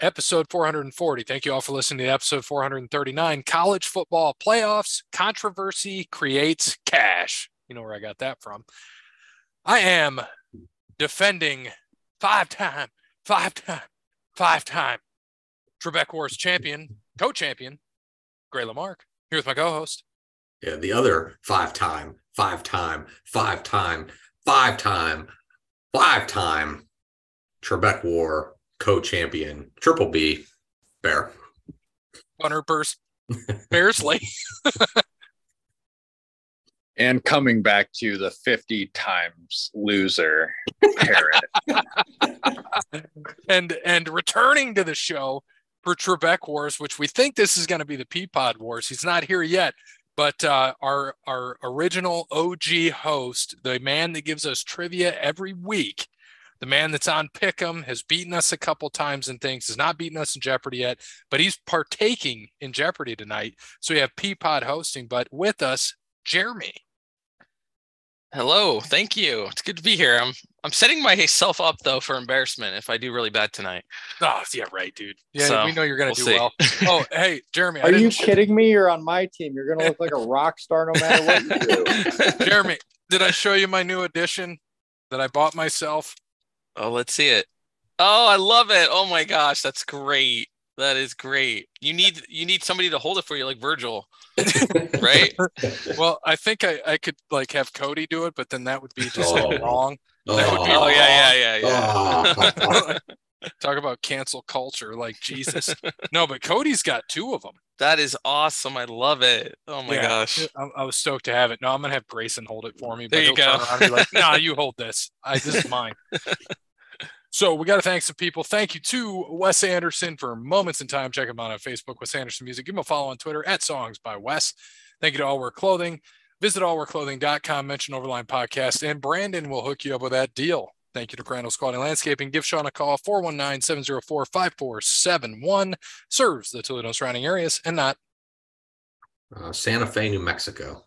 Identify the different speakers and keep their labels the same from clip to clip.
Speaker 1: episode 440. Thank you all for listening to episode 439 College Football Playoffs Controversy Creates Cash. You know where I got that from. I am defending five time, five time, five time Trebek Wars champion, co champion, Gray Lamarck, here with my co host.
Speaker 2: Yeah, the other five time, five time, five time, five time, five time Trebek War co champion, Triple B Bear.
Speaker 1: Hunter Burst, Bearsley.
Speaker 3: and coming back to the 50 times loser parrot.
Speaker 1: and and returning to the show for Trebek Wars, which we think this is going to be the Peapod Wars. He's not here yet, but uh, our our original OG host, the man that gives us trivia every week, the man that's on Pick'em, has beaten us a couple times in things, has not beaten us in Jeopardy yet, but he's partaking in Jeopardy tonight. So we have Peapod hosting, but with us, Jeremy.
Speaker 4: Hello, thank you. It's good to be here. I'm I'm setting myself up though for embarrassment if I do really bad tonight.
Speaker 1: Oh yeah, right, dude. Yeah,
Speaker 4: So,
Speaker 1: we know you're gonna
Speaker 4: we'll
Speaker 1: do
Speaker 4: see.
Speaker 1: well. Oh, hey, Jeremy. I
Speaker 5: Are you
Speaker 1: didn't,
Speaker 5: kidding me? You're on my team. You're gonna look like a rock star no matter what you do.
Speaker 1: Jeremy? Did I show you my new edition that I bought myself?
Speaker 4: oh, let's see it. Oh, I love it. Oh my gosh, that's great. That is great. You need you need somebody to hold it for you, like Virgil, right?
Speaker 1: Well, I think I, I could like have Cody do it, but then that would be just like
Speaker 2: Oh.
Speaker 1: wrong. That would be
Speaker 4: oh
Speaker 1: like-
Speaker 4: yeah, yeah, yeah, yeah.
Speaker 2: Oh.
Speaker 1: Talk about cancel culture, like Jesus. no, but Cody's got two of them.
Speaker 4: That is awesome. I love it. Oh my
Speaker 1: Yeah.
Speaker 4: gosh.
Speaker 1: I, I was stoked to have it. No, I'm gonna have Grayson hold it for me.
Speaker 4: There you
Speaker 1: he'll turn
Speaker 4: go.
Speaker 1: around and be like, nah, you hold this. I, this is mine. so we got to thank some people. Thank you to Wes Anderson for moments in time. Check him out on Facebook, Wes Anderson Music. Give him a follow on Twitter at Songs by Wes. Thank you to All Wear Clothing. Visit allwearclothing.com, mention Overline Podcast, and Brandon will hook you up with that deal. Thank you to Crandall's Quality Landscaping. Give Sean a call, 419 704 5471. Serves the Toledo and surrounding areas and not
Speaker 2: Uh, Santa Fe, New Mexico.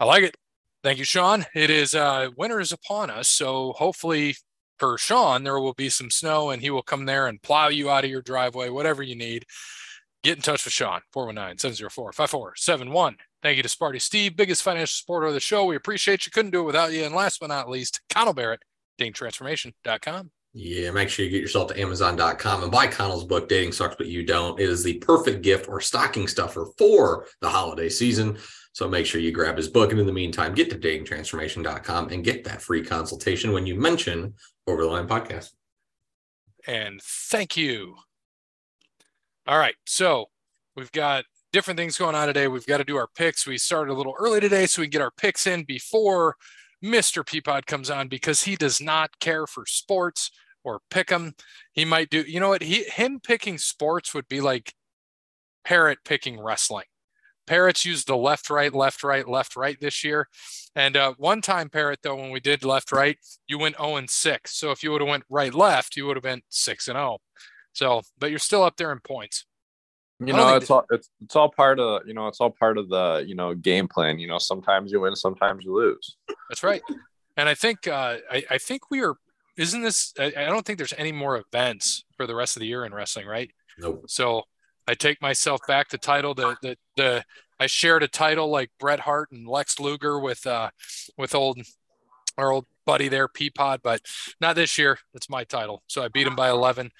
Speaker 1: I like it. Thank you, Sean. It is uh, winter is upon us, so hopefully for Sean there will be some snow, and he will come there and plow you out of your driveway, whatever you need. Get in touch with Sean 419-704-5471. Thank you to Sparty Steve, biggest financial supporter of the show. We appreciate you. Couldn't do it without you. And last but not least, Connell Barrett, DingTransformation.com.
Speaker 2: Yeah, make sure you get yourself to Amazon.com and buy Connell's book, Dating Sucks But You Don't. It is the perfect gift or stocking stuffer for the holiday season. So make sure you grab his book. And in the meantime, get to datingtransformation.com and get that free consultation when you mention Over the Line Podcast.
Speaker 1: and thank you. All right, so we've got different things going on today. We've got to do our picks. We started a little early today so we can get our picks in before Mr. Peapod comes on because he does not care for sports or pick 'em. He might do, you know what? He him picking sports would be like Parrot picking wrestling. Parrots used the left, right, left, right, left, right this year. And uh, one time, Parrot, though, when we did left, right, you went 0 and 6. So if you would have went right left, you would have been 6 and 0. So, but you're still up there in points.
Speaker 6: You
Speaker 1: I don't
Speaker 6: know,
Speaker 1: think
Speaker 6: it's all it's it's all part of you know it's all part of the you know game plan. You know, sometimes you win, sometimes you lose.
Speaker 1: That's right. And I think uh, I, I think we are. Isn't this? I, I don't think there's any more events for the rest of the year in wrestling, right?
Speaker 2: Nope.
Speaker 1: So I take myself back to title. The the the I shared a title like Bret Hart and Lex Luger with uh with old our old buddy there, Peapod, but not this year. It's my title. So I beat him by eleven.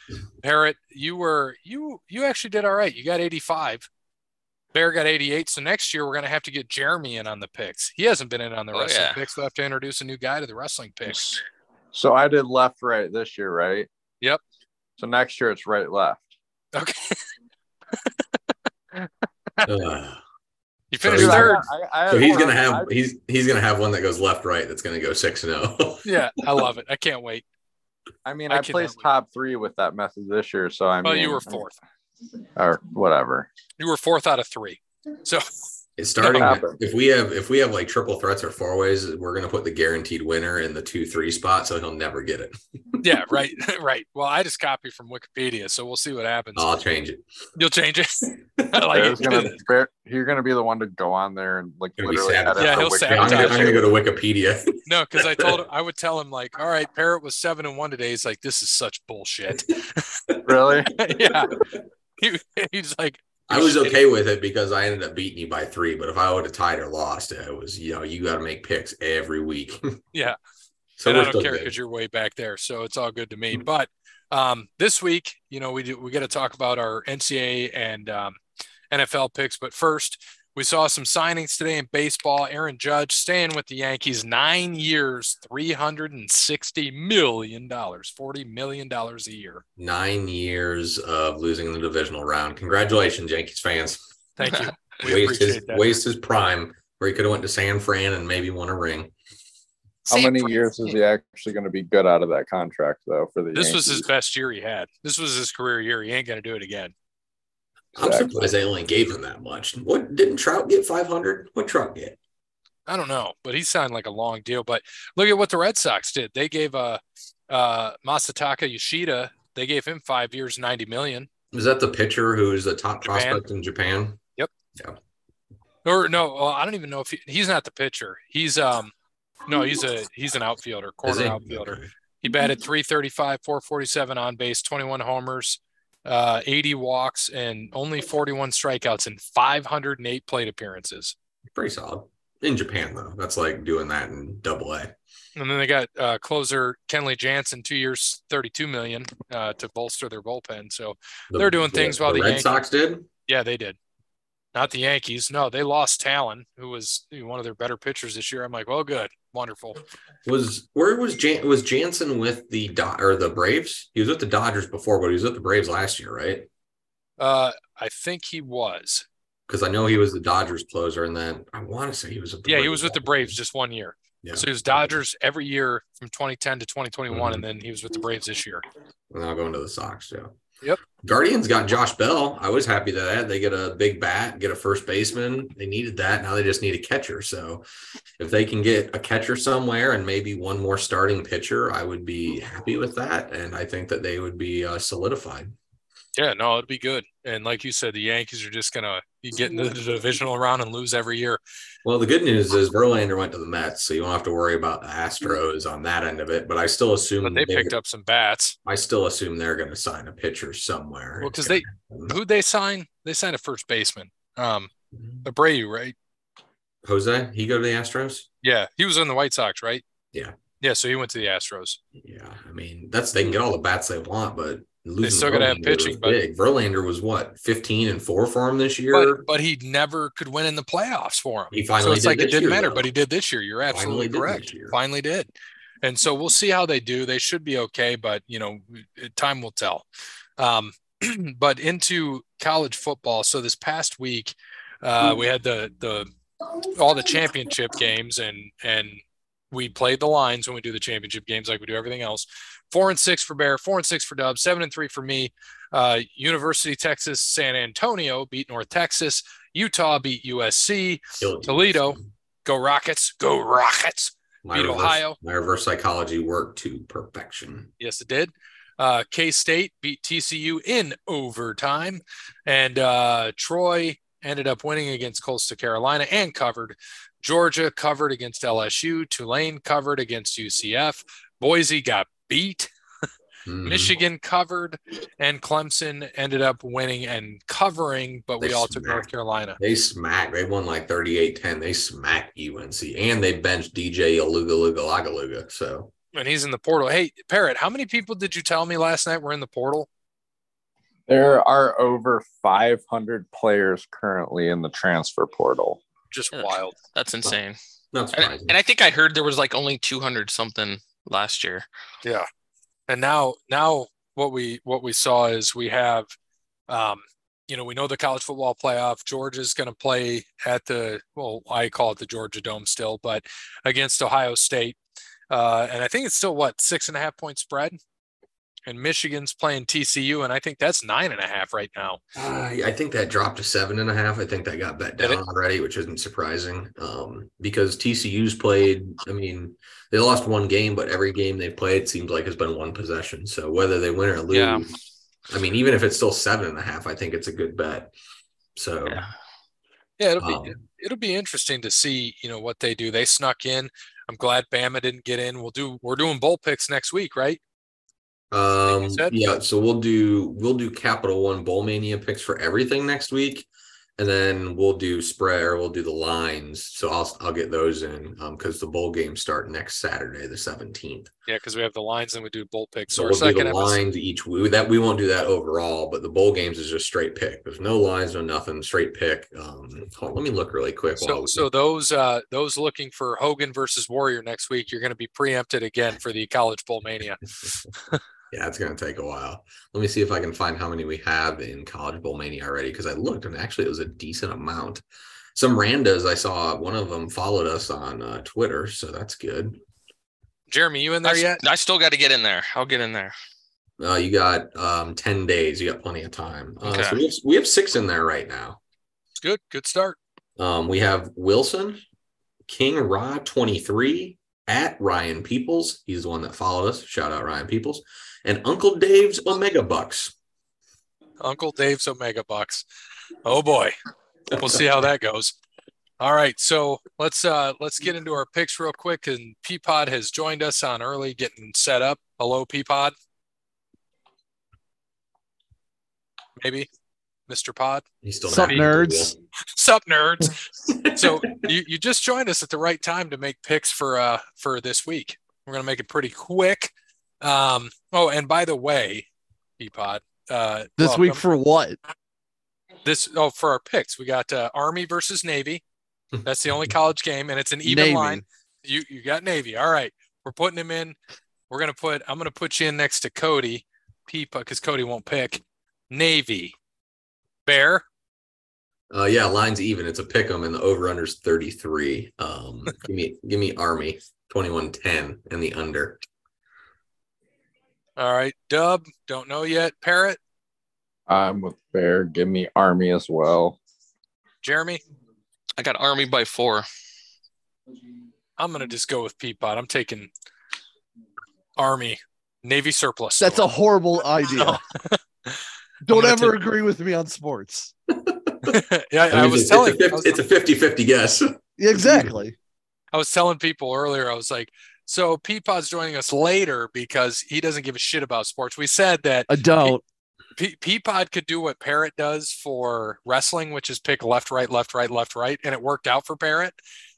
Speaker 1: Parrot, you were you you actually did all right. You got eighty five. Bear got 88. So next year we're going to have to get Jeremy in on the picks. He hasn't been in on the
Speaker 4: Oh,
Speaker 1: wrestling
Speaker 4: yeah.
Speaker 1: picks. We'll have to introduce a new guy to the wrestling picks.
Speaker 6: So I did left right this year, right?
Speaker 1: Yep.
Speaker 6: So next year it's right left.
Speaker 2: Ugh.
Speaker 1: You
Speaker 2: So
Speaker 1: finished
Speaker 2: he's-
Speaker 1: third.
Speaker 6: I, I
Speaker 2: Uh, so
Speaker 6: had
Speaker 2: he's
Speaker 6: one-
Speaker 2: gonna
Speaker 6: I-
Speaker 2: have he's he's gonna have one that goes left right that's gonna go six and oh. zero.
Speaker 1: Yeah, I love it. I can't wait.
Speaker 6: I mean,
Speaker 1: I
Speaker 6: I,
Speaker 1: cannot
Speaker 6: placed
Speaker 1: wait.
Speaker 6: top three with that method this year.
Speaker 3: Oh,
Speaker 6: So I mean,
Speaker 1: Well, you were fourth.
Speaker 6: or whatever.
Speaker 1: You were fourth out of three. So
Speaker 2: It's starting.
Speaker 6: Happen.
Speaker 2: If we have if we have like triple threats or four ways, we're gonna put the guaranteed winner in the two three spot, so he'll never get it.
Speaker 1: yeah, right, right. Well, I just copy from Wikipedia, so we'll see what happens.
Speaker 2: I'll change it.
Speaker 1: You'll change it. I like
Speaker 6: Bear's
Speaker 1: it.
Speaker 6: gonna, Bear, you're gonna be the one to go on there and like
Speaker 2: Gonna be
Speaker 6: literally
Speaker 2: sad.
Speaker 6: edit
Speaker 1: Yeah,
Speaker 6: the
Speaker 1: he'll
Speaker 6: wiki.
Speaker 2: I'm gonna, I'm gonna go to Wikipedia.
Speaker 1: No, because I told him I would tell him like, all right, Parrot was seven and one today. He's like, this is such bullshit.
Speaker 6: Really?
Speaker 1: yeah. He, he's like,
Speaker 2: I was okay with it because I ended up beating you by three. But if I would have tied or lost, it was you know you got to make picks every week.
Speaker 1: Yeah.
Speaker 2: so
Speaker 1: and
Speaker 2: we're
Speaker 1: I don't
Speaker 2: still
Speaker 1: care
Speaker 2: good.
Speaker 1: because you're way back there, so it's all good to me. But um, this week, you know, we do, we got to talk about our NCAA and um, NFL picks. But first, we saw some signings today in baseball. Aaron Judge staying with the Yankees nine years, three hundred and sixty million dollars, forty million dollars a year.
Speaker 2: nine years of losing in the divisional round. Congratulations, Yankees fans.
Speaker 1: Thank you. We
Speaker 2: Waste his
Speaker 1: appreciate that.
Speaker 2: waste his prime where he could have went to San Fran and maybe won a ring.
Speaker 6: How
Speaker 1: San
Speaker 6: many
Speaker 1: Fran-
Speaker 6: years is he actually gonna be good out of that contract though? For the
Speaker 1: This was
Speaker 6: Yankees?
Speaker 1: his best year he had. This was his career year. He ain't gonna do it again.
Speaker 2: I'm
Speaker 6: Exactly.
Speaker 2: surprised they only gave him that much. What didn't Trout get 500? What Trout get?
Speaker 1: I don't know, but he signed like a long deal. But look at what the Red Sox did. They gave uh, uh, Masataka Yoshida. They gave him five years, ninety million.
Speaker 2: Is that the pitcher who's the top
Speaker 1: Japan.
Speaker 2: prospect in Japan?
Speaker 1: Or no, well, I don't even know if he, he's not the pitcher. He's um, no, he's a he's an outfielder,
Speaker 2: Is
Speaker 1: corner
Speaker 2: he?
Speaker 1: outfielder.
Speaker 2: Okay.
Speaker 1: He batted 335, 447 on base, 21 homers, uh, 80 walks, and only 41 strikeouts in 508 plate appearances.
Speaker 2: Pretty solid. In Japan, though. That's like doing that in double A.
Speaker 1: And then they got uh, closer Kenley Jansen, two years, 32 million uh, to bolster their bullpen. So
Speaker 2: The-
Speaker 1: They're doing things while the
Speaker 2: Red
Speaker 1: Yankees-
Speaker 2: Sox did.
Speaker 1: Yeah, they did. Not the Yankees. No, they lost Talon, who was one of their better pitchers this year. I'm like, well, good, wonderful.
Speaker 2: Was where was Jan was Jansen with the Do- or the Braves? He was with the Dodgers before, but he was with the Braves last year, right?
Speaker 1: Uh, I think he was.
Speaker 2: because I know he was the Dodgers closer, and then I want to say he was. With
Speaker 1: Yeah, he was with the Braves just one year.
Speaker 2: Yeah.
Speaker 1: So he was Dodgers every year from 2010 to 2021, and then he was with the Braves this year.
Speaker 2: And I'll go into the Sox too.
Speaker 1: Yep.
Speaker 2: Guardians got Josh Bell. I was happy that they get a big bat, get a first baseman. They needed that. Now they just need a catcher. So if they can get a catcher somewhere and maybe one more starting pitcher, I would be happy with that. And I think that they would be uh, solidified.
Speaker 1: Yeah, no, it'd be good. And like you said, the Yankees are just gonna you get into the divisional round and lose every year.
Speaker 2: Well, the good news is Verlander went to the Mets, so you won't have to worry about the Astros on that end of it. But I still assume
Speaker 1: But they
Speaker 2: they're-
Speaker 1: picked up some bats.
Speaker 2: I still assume they're going to sign a pitcher somewhere.
Speaker 1: Well, because they who'd they sign? They signed a first baseman. Um, Abreu, right?
Speaker 2: Jose, he go to the Astros?
Speaker 1: Yeah, he was on the White Sox, right?
Speaker 2: Yeah.
Speaker 1: Yeah, so he went to the Astros.
Speaker 2: Yeah, I mean that's they can get all the bats they want, but losing
Speaker 1: still gotta have
Speaker 2: Verlander
Speaker 1: pitching,
Speaker 2: was
Speaker 1: but-
Speaker 2: big. Verlander was what fifteen and four for him this year.
Speaker 1: But but he never could win in the playoffs for him.
Speaker 2: He
Speaker 1: so
Speaker 2: finally
Speaker 1: it's
Speaker 2: did
Speaker 1: like it
Speaker 2: this
Speaker 1: didn't
Speaker 2: year,
Speaker 1: matter,
Speaker 2: though.
Speaker 1: but he did this year. You're absolutely
Speaker 2: Finally did
Speaker 1: correct.
Speaker 2: this year.
Speaker 1: Finally did. And so we'll see how they do. They should be okay, but you know, uh, time will tell. Um, but into college football. So this past week, uh, we had the the all the championship games and and we played the lines when we do the championship games like we do everything else four and six for bear four and six for dub seven and three for me uh, university texas san antonio beat north texas utah beat usc
Speaker 2: Killed
Speaker 1: Toledo. go rockets go rockets
Speaker 2: my
Speaker 1: beat
Speaker 2: reverse,
Speaker 1: Ohio.
Speaker 2: My reverse psychology worked to perfection.
Speaker 1: yes it did uh, k-state beat tcu in overtime and uh, troy ended up winning against coastal carolina and covered georgia covered against lsu tulane covered against ucf boise got beat
Speaker 2: Mhm.
Speaker 1: Michigan covered, and Clemson ended up winning and covering, but we
Speaker 2: They
Speaker 1: all took
Speaker 2: smacked.
Speaker 1: North Carolina.
Speaker 2: They smacked. They won like 38-10. They smacked UNC, and they benched DJ Aluga Luga Laga Luga. So
Speaker 1: And he's in the portal. Hey, Parrot, how many people did you tell me last night were in the portal?
Speaker 6: There are over 500 players currently in the transfer portal.
Speaker 1: Just
Speaker 4: Yeah.
Speaker 1: wild.
Speaker 4: That's insane.
Speaker 2: not
Speaker 4: And,
Speaker 2: surprising.
Speaker 4: and I think I heard there was like only 200 something last year.
Speaker 1: Yeah. And now now what we what we saw is we have um you know, we know the college football playoff. Georgia's going to play at the, well, I call it the Georgia Dome still, but against Ohio State. Uh, and I think it's still what, six and a half point spread? and Michigan's playing TCU, and I think that's nine and a half right now.
Speaker 2: Uh, I think that dropped to seven and a half. I think that got bet
Speaker 1: Did
Speaker 2: down
Speaker 1: it?
Speaker 2: already, which isn't surprising um, because TCU's played. I mean, they lost one game, but every game they played seems like has been one possession. So whether they win or lose,
Speaker 4: Yeah.
Speaker 2: I mean, even if it's still seven and a half, I think it's a good bet. So
Speaker 4: Yeah.
Speaker 1: Yeah, it'll
Speaker 2: um,
Speaker 1: be it'll be interesting to see you know what they do. They snuck in. I'm glad Bama didn't get in. We'll do we're doing bowl picks next week, right?
Speaker 2: Um,
Speaker 1: said?
Speaker 2: yeah, so we'll do we'll do Capital One Bowl Mania picks for everything next week, and then we'll do spread or we'll do the lines. So I'll I'll get those in um because the bowl games start next Saturday, the seventeenth.
Speaker 1: Yeah, because we have the lines and we do bowl picks.
Speaker 2: So
Speaker 1: So our
Speaker 2: we'll do
Speaker 1: second
Speaker 2: the
Speaker 1: episode.
Speaker 2: lines each we that we won't do that overall, but the bowl games is just straight pick. There's no lines, no nothing, straight pick. Um, hold on, let me look really quick. while
Speaker 1: So,
Speaker 2: we-
Speaker 1: so those uh, those looking for Hogan versus Warrior next week, you're going to be preempted again for the College Bowl Mania.
Speaker 2: yeah, it's gonna take a while. Let me see if I can find how many we have in College Bowl Mania already because I looked and actually it was a decent amount. Some randos I saw, one of them followed us on uh, Twitter, so that's good.
Speaker 1: Jeremy, you in
Speaker 4: I,
Speaker 1: there yet?
Speaker 4: s- I still got to get in there. I'll get in there.
Speaker 2: Uh, you got um, ten days, you got plenty of time. Uh, so
Speaker 4: Okay.
Speaker 2: we have, we have six in there right now.
Speaker 1: Good, good start.
Speaker 2: Um, we have Wilson, King Ra 23, at Ryan Peoples. He's the one that followed us. Shout out Ryan Peoples. And Uncle Dave's Omega Bucks.
Speaker 1: Uncle Dave's Omega Bucks. Oh boy, we'll see how that goes. All right, so let's uh, let's get into our picks real quick. And Peapod has joined us on early, getting set up. Hello, Peapod. Maybe, Mr. Pod.
Speaker 2: He's still not
Speaker 6: Sup,
Speaker 2: happy with
Speaker 6: nerds?
Speaker 2: Wilson.
Speaker 1: Sup, nerds. so you, you just joined us at the right time to make picks for uh for this week. We're gonna make it pretty quick. Um. Oh, and by the way, Peapod. Uh,
Speaker 7: This
Speaker 1: welcome.
Speaker 7: week for what?
Speaker 1: this oh for our picks we got uh, army versus navy that's the only college game and it's an even
Speaker 7: Navy.
Speaker 1: line you you got navy all right we're putting him in we're gonna put i'm gonna put you in next to cody peepa because cody won't pick navy bear
Speaker 2: Uh, yeah, lines even. It's a pick 'em, and the over under's 33. Um, give me give me Army 2110 and the under.
Speaker 1: all right dub don't know yet parrot
Speaker 6: I'm with Bear. Give me Army as well.
Speaker 1: jeremy
Speaker 4: I got Army by four.
Speaker 1: i'm gonna just go with peapod i'm taking army navy surplus
Speaker 7: That's a horrible idea. Don't
Speaker 1: gonna
Speaker 7: ever
Speaker 1: take-
Speaker 7: agree with me on sports.
Speaker 1: yeah, I,
Speaker 2: mean,
Speaker 1: was
Speaker 2: it's,
Speaker 1: telling
Speaker 2: it's a,
Speaker 1: I was-
Speaker 2: 50, it's a 50-50 guess.
Speaker 7: Exactly.
Speaker 1: I was telling people earlier, I was like, so Peapod's joining us later because he doesn't give a shit about sports. We said that
Speaker 7: I don't.
Speaker 1: Pe- Peapod could do what Parrot does for wrestling, which is pick left, right, left, right, left, right. And it worked out for Parrot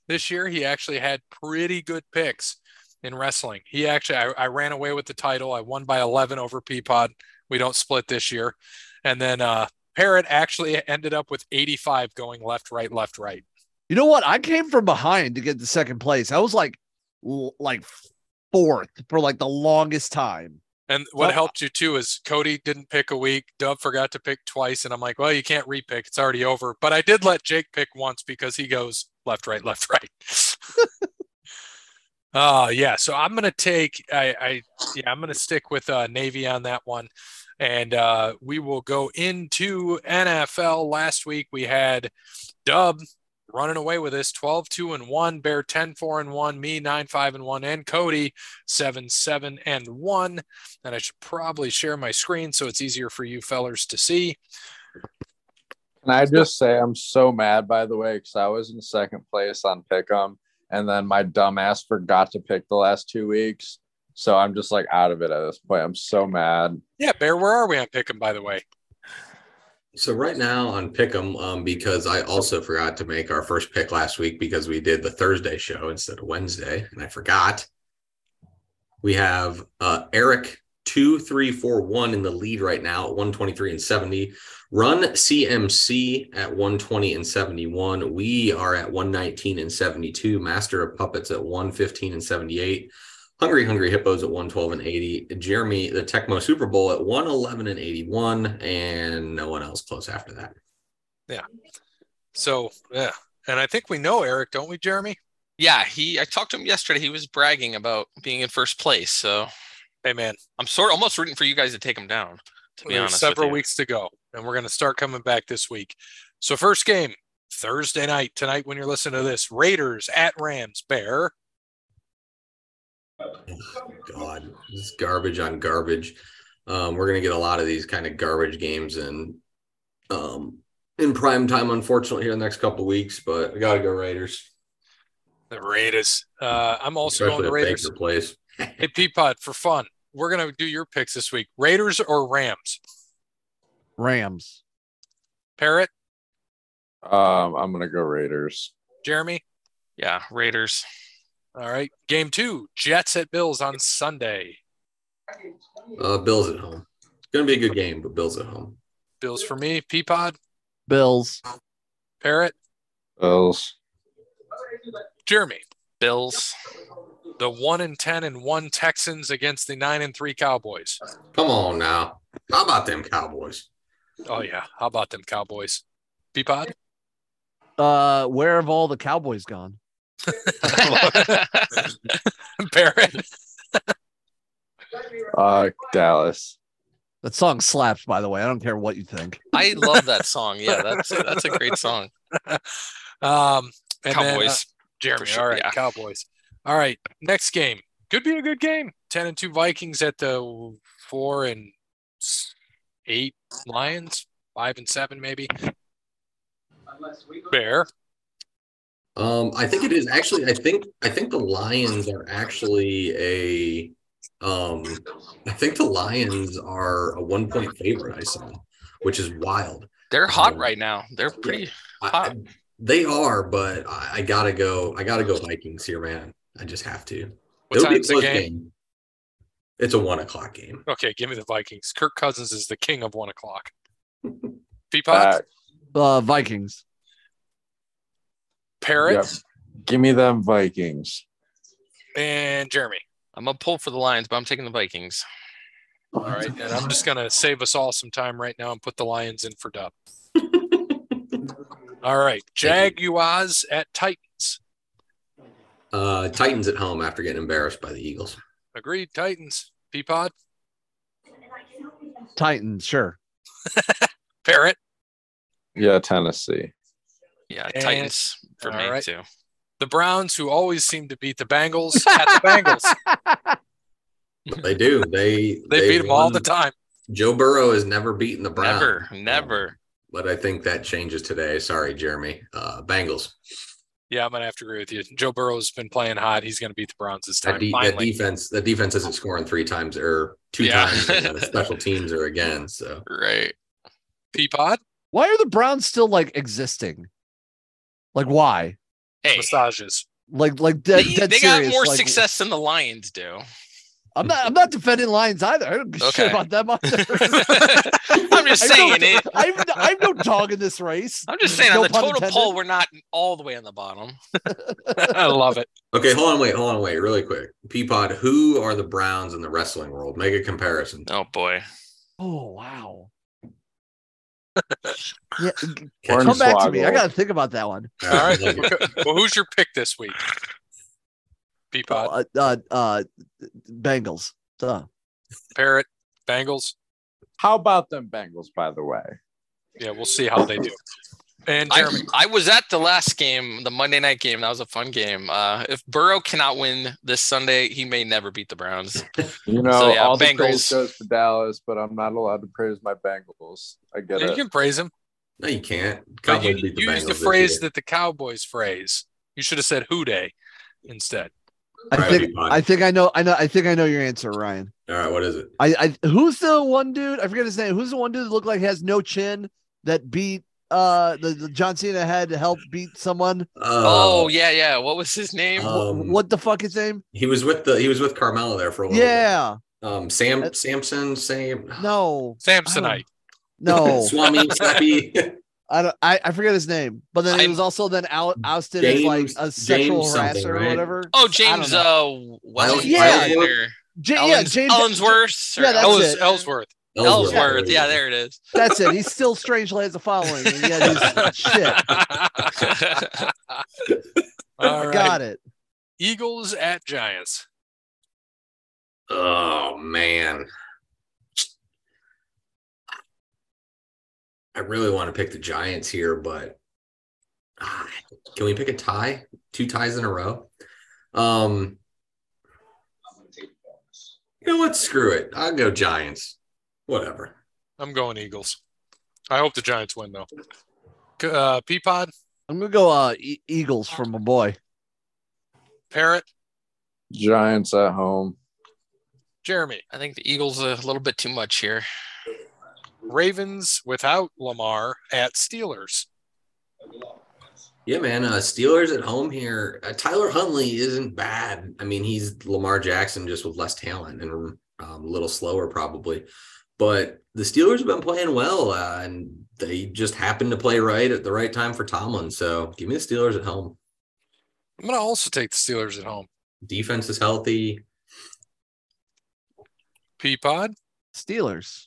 Speaker 1: this year. He actually had pretty good picks in wrestling. He actually, I, I ran away with the title. I won by 11 over Peapod. We don't split this year. And then uh, Parrot actually ended up with 85 going left, right, left, right.
Speaker 7: You know what? I came from behind to get the second place. I was like, l- like fourth for like the longest time.
Speaker 1: And what
Speaker 7: Well-
Speaker 1: helped you too is Cody didn't pick a week. Dub forgot to pick twice. And I'm like, well, you can't repick. It's already over. But I did let Jake pick once because he goes left, right, left, right. uh, yeah. So I'm going to take, I, I, yeah, I'm going to stick with uh, Navy on that one. And uh, we will go into NFL. Last week we had Dub running away with this 12 2 and 1, Bear 10 4 and 1, me 9 5 and 1, and Cody 7 7 and 1 and I should probably share my screen so it's easier for you fellers to see.
Speaker 6: Can I just say I'm so mad by the way because I was in second place on Pick'em, and then my dumbass forgot to pick the last two weeks, so I'm just like out of it at this point. I'm so mad.
Speaker 1: Yeah, Bear, where are we on Pick'em, by the way?
Speaker 2: So right now on Pick'em, um, because I also forgot to make our first pick last week because we did the Thursday show instead of Wednesday, and I forgot. We have uh, Eric two three four one in the lead right now at one twenty three and seventy. Run CMC at one twenty and seventy one. We are at one nineteen and seventy two. Master of Puppets at one fifteen and seventy eight. Hungry Hungry Hippos at 112 and 80. Jeremy, the Tecmo Super Bowl at 111 and 81, and no one else close after that.
Speaker 1: So, yeah. And I think we know Eric, don't we, Jeremy?
Speaker 4: Yeah, he. I talked to him yesterday. He was bragging about being in first place. So
Speaker 1: Hey man,
Speaker 4: I'm sort almost rooting for you guys to take him down. To be
Speaker 1: we have
Speaker 4: honest, with
Speaker 1: several
Speaker 4: you.
Speaker 1: weeks to go, and we're going to start coming back this week. So first game Thursday night tonight when you're listening to this Raiders at Rams. Bear,
Speaker 2: Oh, God, this is garbage on garbage. Um, we're gonna get a lot of these kind of garbage games in um, in prime time, unfortunately, here in the next couple weeks. But I gotta go Raiders.
Speaker 1: the Raiders. Uh, I'm also going
Speaker 2: especially
Speaker 1: the
Speaker 2: if
Speaker 1: Raiders.
Speaker 2: Baker plays.
Speaker 1: Hey Peapod, for fun, we're gonna do your picks this week: Raiders or Rams.
Speaker 7: Rams.
Speaker 1: Parrot,
Speaker 6: Um, I'm gonna go Raiders.
Speaker 1: Jeremy.
Speaker 4: Yeah, Raiders.
Speaker 1: All right, game two: Jets at Bills on Sunday.
Speaker 2: Uh, Bills at home. It's gonna be a good game, but Bills at home.
Speaker 1: Bills for me. Peapod,
Speaker 7: Bills.
Speaker 1: Parrot,
Speaker 6: Bills.
Speaker 1: Jeremy.
Speaker 4: Bills.
Speaker 1: The one and ten and one Texans against the nine and three Cowboys.
Speaker 2: Come on now. How about them Cowboys?
Speaker 1: Oh yeah, how about them Cowboys? Peapod.
Speaker 7: Uh, where have all the Cowboys gone?
Speaker 1: Barrett.
Speaker 6: Uh, Dallas.
Speaker 7: That song slaps, by the way. I don't care what you think.
Speaker 4: I love that song. Yeah, that's that's a great song.
Speaker 1: Um, and then, uh,
Speaker 4: Cowboys.
Speaker 1: Jeremy.
Speaker 4: For sure,
Speaker 1: All right,
Speaker 4: yeah.
Speaker 1: Cowboys. All right, next game could be a good game. Ten and two Vikings at the four and s- eight Lions. Five and seven maybe. Bear.
Speaker 2: Um, I think it is actually. I think I think the Lions are actually a. Um, I think the Lions are a one point favorite. I saw, which is wild.
Speaker 4: They're hot
Speaker 7: Oh.
Speaker 2: Um,
Speaker 4: right now. They're pretty.
Speaker 2: I,
Speaker 4: Huh.
Speaker 2: I- they are, but I, I gotta go. I gotta go Vikings here, man. I just have to.
Speaker 1: What
Speaker 2: It'll be a
Speaker 1: time's the
Speaker 2: close
Speaker 1: game?
Speaker 2: It's a one o'clock game.
Speaker 1: Okay, give me the Vikings. Kirk Cousins is the king of one o'clock. Peapod,
Speaker 6: Back.
Speaker 7: Uh, Vikings.
Speaker 1: Parrot,
Speaker 6: Yep. Give me them Vikings.
Speaker 1: and Jeremy.
Speaker 4: I'm gonna pull for the Lions, but I'm taking the Vikings.
Speaker 1: All right, and I'm just gonna save us all some time right now and put the Lions in for dub. all right,
Speaker 2: Thank
Speaker 1: Jaguars at Titans.
Speaker 2: Uh, Titans at home after getting embarrassed by the Eagles.
Speaker 1: Agreed, Titans. Peapod,
Speaker 7: Titans, sure.
Speaker 1: Parrot.
Speaker 6: Yeah, Tennessee.
Speaker 4: Yeah,
Speaker 1: And-
Speaker 4: Titans for
Speaker 1: all
Speaker 4: me
Speaker 1: right.
Speaker 4: too.
Speaker 1: The Browns, who always seem to beat the Bengals at the Bengals,
Speaker 2: They do. They
Speaker 1: they, beat them all
Speaker 2: won.
Speaker 1: the time.
Speaker 2: Joe Burrow has never beaten the Browns.
Speaker 4: Never, never.
Speaker 2: But I think that changes today. Sorry, Jeremy. Uh, Bengals.
Speaker 1: Yeah, I'm gonna have to agree with you. Joe Burrow's been playing hot. He's gonna beat the Browns this time.
Speaker 2: That, de- that
Speaker 1: finally,
Speaker 2: defense. That defense isn't scoring three times or two
Speaker 4: Yeah.
Speaker 2: times. and the special teams are again. So
Speaker 4: Right.
Speaker 1: Peapod,
Speaker 7: Why are the Browns still like existing? Like why?
Speaker 4: Hey,
Speaker 1: massages.
Speaker 7: Like like
Speaker 4: they, e,
Speaker 7: dead, dead
Speaker 4: they got
Speaker 7: serious,
Speaker 4: more
Speaker 7: like,
Speaker 4: success than the Lions do.
Speaker 7: I'm not. I'm not defending Lions either. I don't give a shit
Speaker 4: Okay.
Speaker 7: about them either.
Speaker 4: I'm just saying
Speaker 7: I
Speaker 4: it.
Speaker 7: have no- I have, no- I have no dog in this race.
Speaker 4: I'm just saying
Speaker 7: No
Speaker 4: on the
Speaker 7: pun
Speaker 4: total
Speaker 7: intended.
Speaker 4: poll, we're not all the way on the bottom.
Speaker 1: I love it.
Speaker 2: okay, hold on, wait, hold on, wait, really quick. Peapod, who are the Browns in the wrestling world? Make a comparison.
Speaker 4: Oh boy.
Speaker 7: Oh wow. yeah, g-
Speaker 2: Catch
Speaker 6: Or
Speaker 2: your-
Speaker 7: come back to me. I
Speaker 6: Hornswoggle.
Speaker 7: gotta think about that one.
Speaker 1: All right.
Speaker 2: Like it.
Speaker 1: Well, who's your pick this week?
Speaker 2: Oh,
Speaker 1: Peapod,
Speaker 7: Uh, uh, uh, Bengals. Duh.
Speaker 1: Parrot, Bengals.
Speaker 6: How about them Bengals? By the way,
Speaker 1: Yeah, we'll see how they do. And Jeremy,
Speaker 4: I, I was at the last game, the Monday night game. That was a fun game. Uh, if Burrow cannot win this Sunday, he may never beat the Browns.
Speaker 6: you know
Speaker 4: So, yeah,
Speaker 6: all the
Speaker 4: Bengals.
Speaker 6: praise goes to Dallas, but I'm not allowed to praise my Bengals. I get
Speaker 1: yeah, you
Speaker 6: it.
Speaker 1: can praise him.
Speaker 2: No, you can't.
Speaker 1: But
Speaker 2: Cowboys
Speaker 1: you
Speaker 2: beat the
Speaker 1: you used the
Speaker 2: Bengals this
Speaker 1: phrase
Speaker 2: year.
Speaker 1: that the Cowboys phrase. You should have said "Who Day" instead.
Speaker 7: I
Speaker 2: Right,
Speaker 7: think.
Speaker 2: Peapod.
Speaker 7: I think I know. I know. I think I know your answer, Ryan.
Speaker 2: All right, what is it?
Speaker 7: I, I who's the one dude? I forget his name. Who's the one dude that looked like he has no chin that beat uh the, the John Cena had to help beat someone?
Speaker 4: oh
Speaker 2: Uh,
Speaker 4: yeah, yeah. What was his name?
Speaker 2: uh, Um,
Speaker 7: what the fuck his name?
Speaker 2: he was with the he was with Carmelo there for a little
Speaker 7: Yeah.
Speaker 2: bit. Um, Sam
Speaker 7: Uh,
Speaker 2: Samson Sam
Speaker 7: No.
Speaker 1: Samsonite.
Speaker 7: No.
Speaker 2: Swami Snappy
Speaker 7: I don't. I, I forget his name. But then he
Speaker 4: I'm-
Speaker 7: was also then out ousted as like
Speaker 2: James-
Speaker 7: a sexual
Speaker 2: James something,
Speaker 7: harasser
Speaker 2: right?
Speaker 7: or whatever.
Speaker 4: oh,
Speaker 7: I don't
Speaker 4: James.
Speaker 7: know.
Speaker 4: Uh,
Speaker 2: Miles-
Speaker 4: Weston
Speaker 7: Yeah.
Speaker 4: Ryan or
Speaker 7: J- yeah,
Speaker 4: Ellens-
Speaker 7: James
Speaker 4: Ellensworth. or
Speaker 7: Yeah, that's
Speaker 1: Ellis,
Speaker 7: it.
Speaker 1: Ellsworth.
Speaker 4: Ellsworth. Yeah, there it is.
Speaker 7: That's it. He's still strangely has a following. And yeah, he's shit.
Speaker 1: All right.
Speaker 7: Got it.
Speaker 1: Eagles at Giants.
Speaker 2: Oh man. I really want to pick the Giants here, but ah, can we pick a tie? Two ties in a row? Um you know what? Screw it. I'll go Giants. Whatever.
Speaker 1: I'm going Eagles. I hope the Giants win though. C- Uh, Peapod,
Speaker 7: I'm gonna go uh, E- Eagles from my boy.
Speaker 1: Parrot,
Speaker 6: Giants at home.
Speaker 1: Jeremy,
Speaker 4: I think the Eagles are a little bit too much here.
Speaker 1: Ravens without Lamar at Steelers.
Speaker 2: Yeah, man. Uh, Steelers at home here. Uh, Tyler Huntley isn't bad. I mean, he's Lamar Jackson just with less talent and um, a little slower, probably. But the Steelers have been playing well, uh, and they just happened to play right at the right time for Tomlin. So give me the Steelers at home.
Speaker 1: I'm gonna also take the Steelers at home.
Speaker 2: Defense is healthy.
Speaker 1: Peapod,
Speaker 7: Steelers.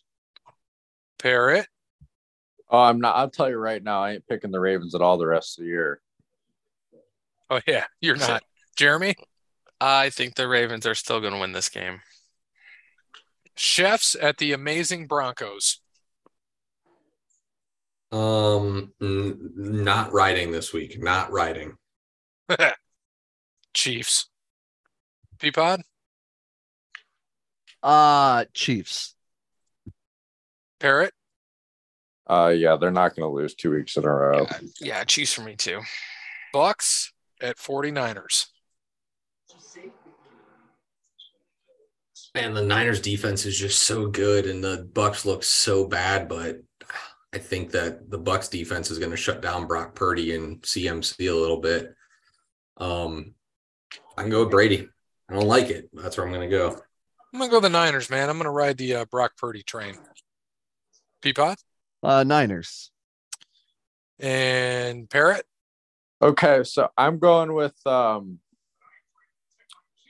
Speaker 1: Parrot,
Speaker 6: Oh, I'm not. I'll tell you right now, I ain't picking the Ravens at all the rest of the year.
Speaker 1: oh yeah, you're not. Jeremy,
Speaker 4: I think the Ravens are still going to win this game.
Speaker 1: Chefs at the amazing Broncos.
Speaker 2: Um, n- not riding this week. Not riding.
Speaker 1: Chiefs. Peapod,
Speaker 7: Uh Chiefs.
Speaker 1: Parrot,
Speaker 6: Uh, yeah, they're not going to lose two weeks in a row.
Speaker 4: Yeah, Chiefs for me too.
Speaker 1: Bucks at 49ers.
Speaker 2: Man, the Niners defense is just so good and the Bucks look so bad, but I think that the Bucks defense is going to shut down Brock Purdy and CMC a little bit. Um I can go with Brady. I don't like it. That's where I'm going to go.
Speaker 1: I'm gonna go the Niners, man. I'm gonna ride the uh, Brock Purdy train. Peapod
Speaker 7: Uh Niners.
Speaker 1: and Parrot.
Speaker 6: Okay, so I'm going with um,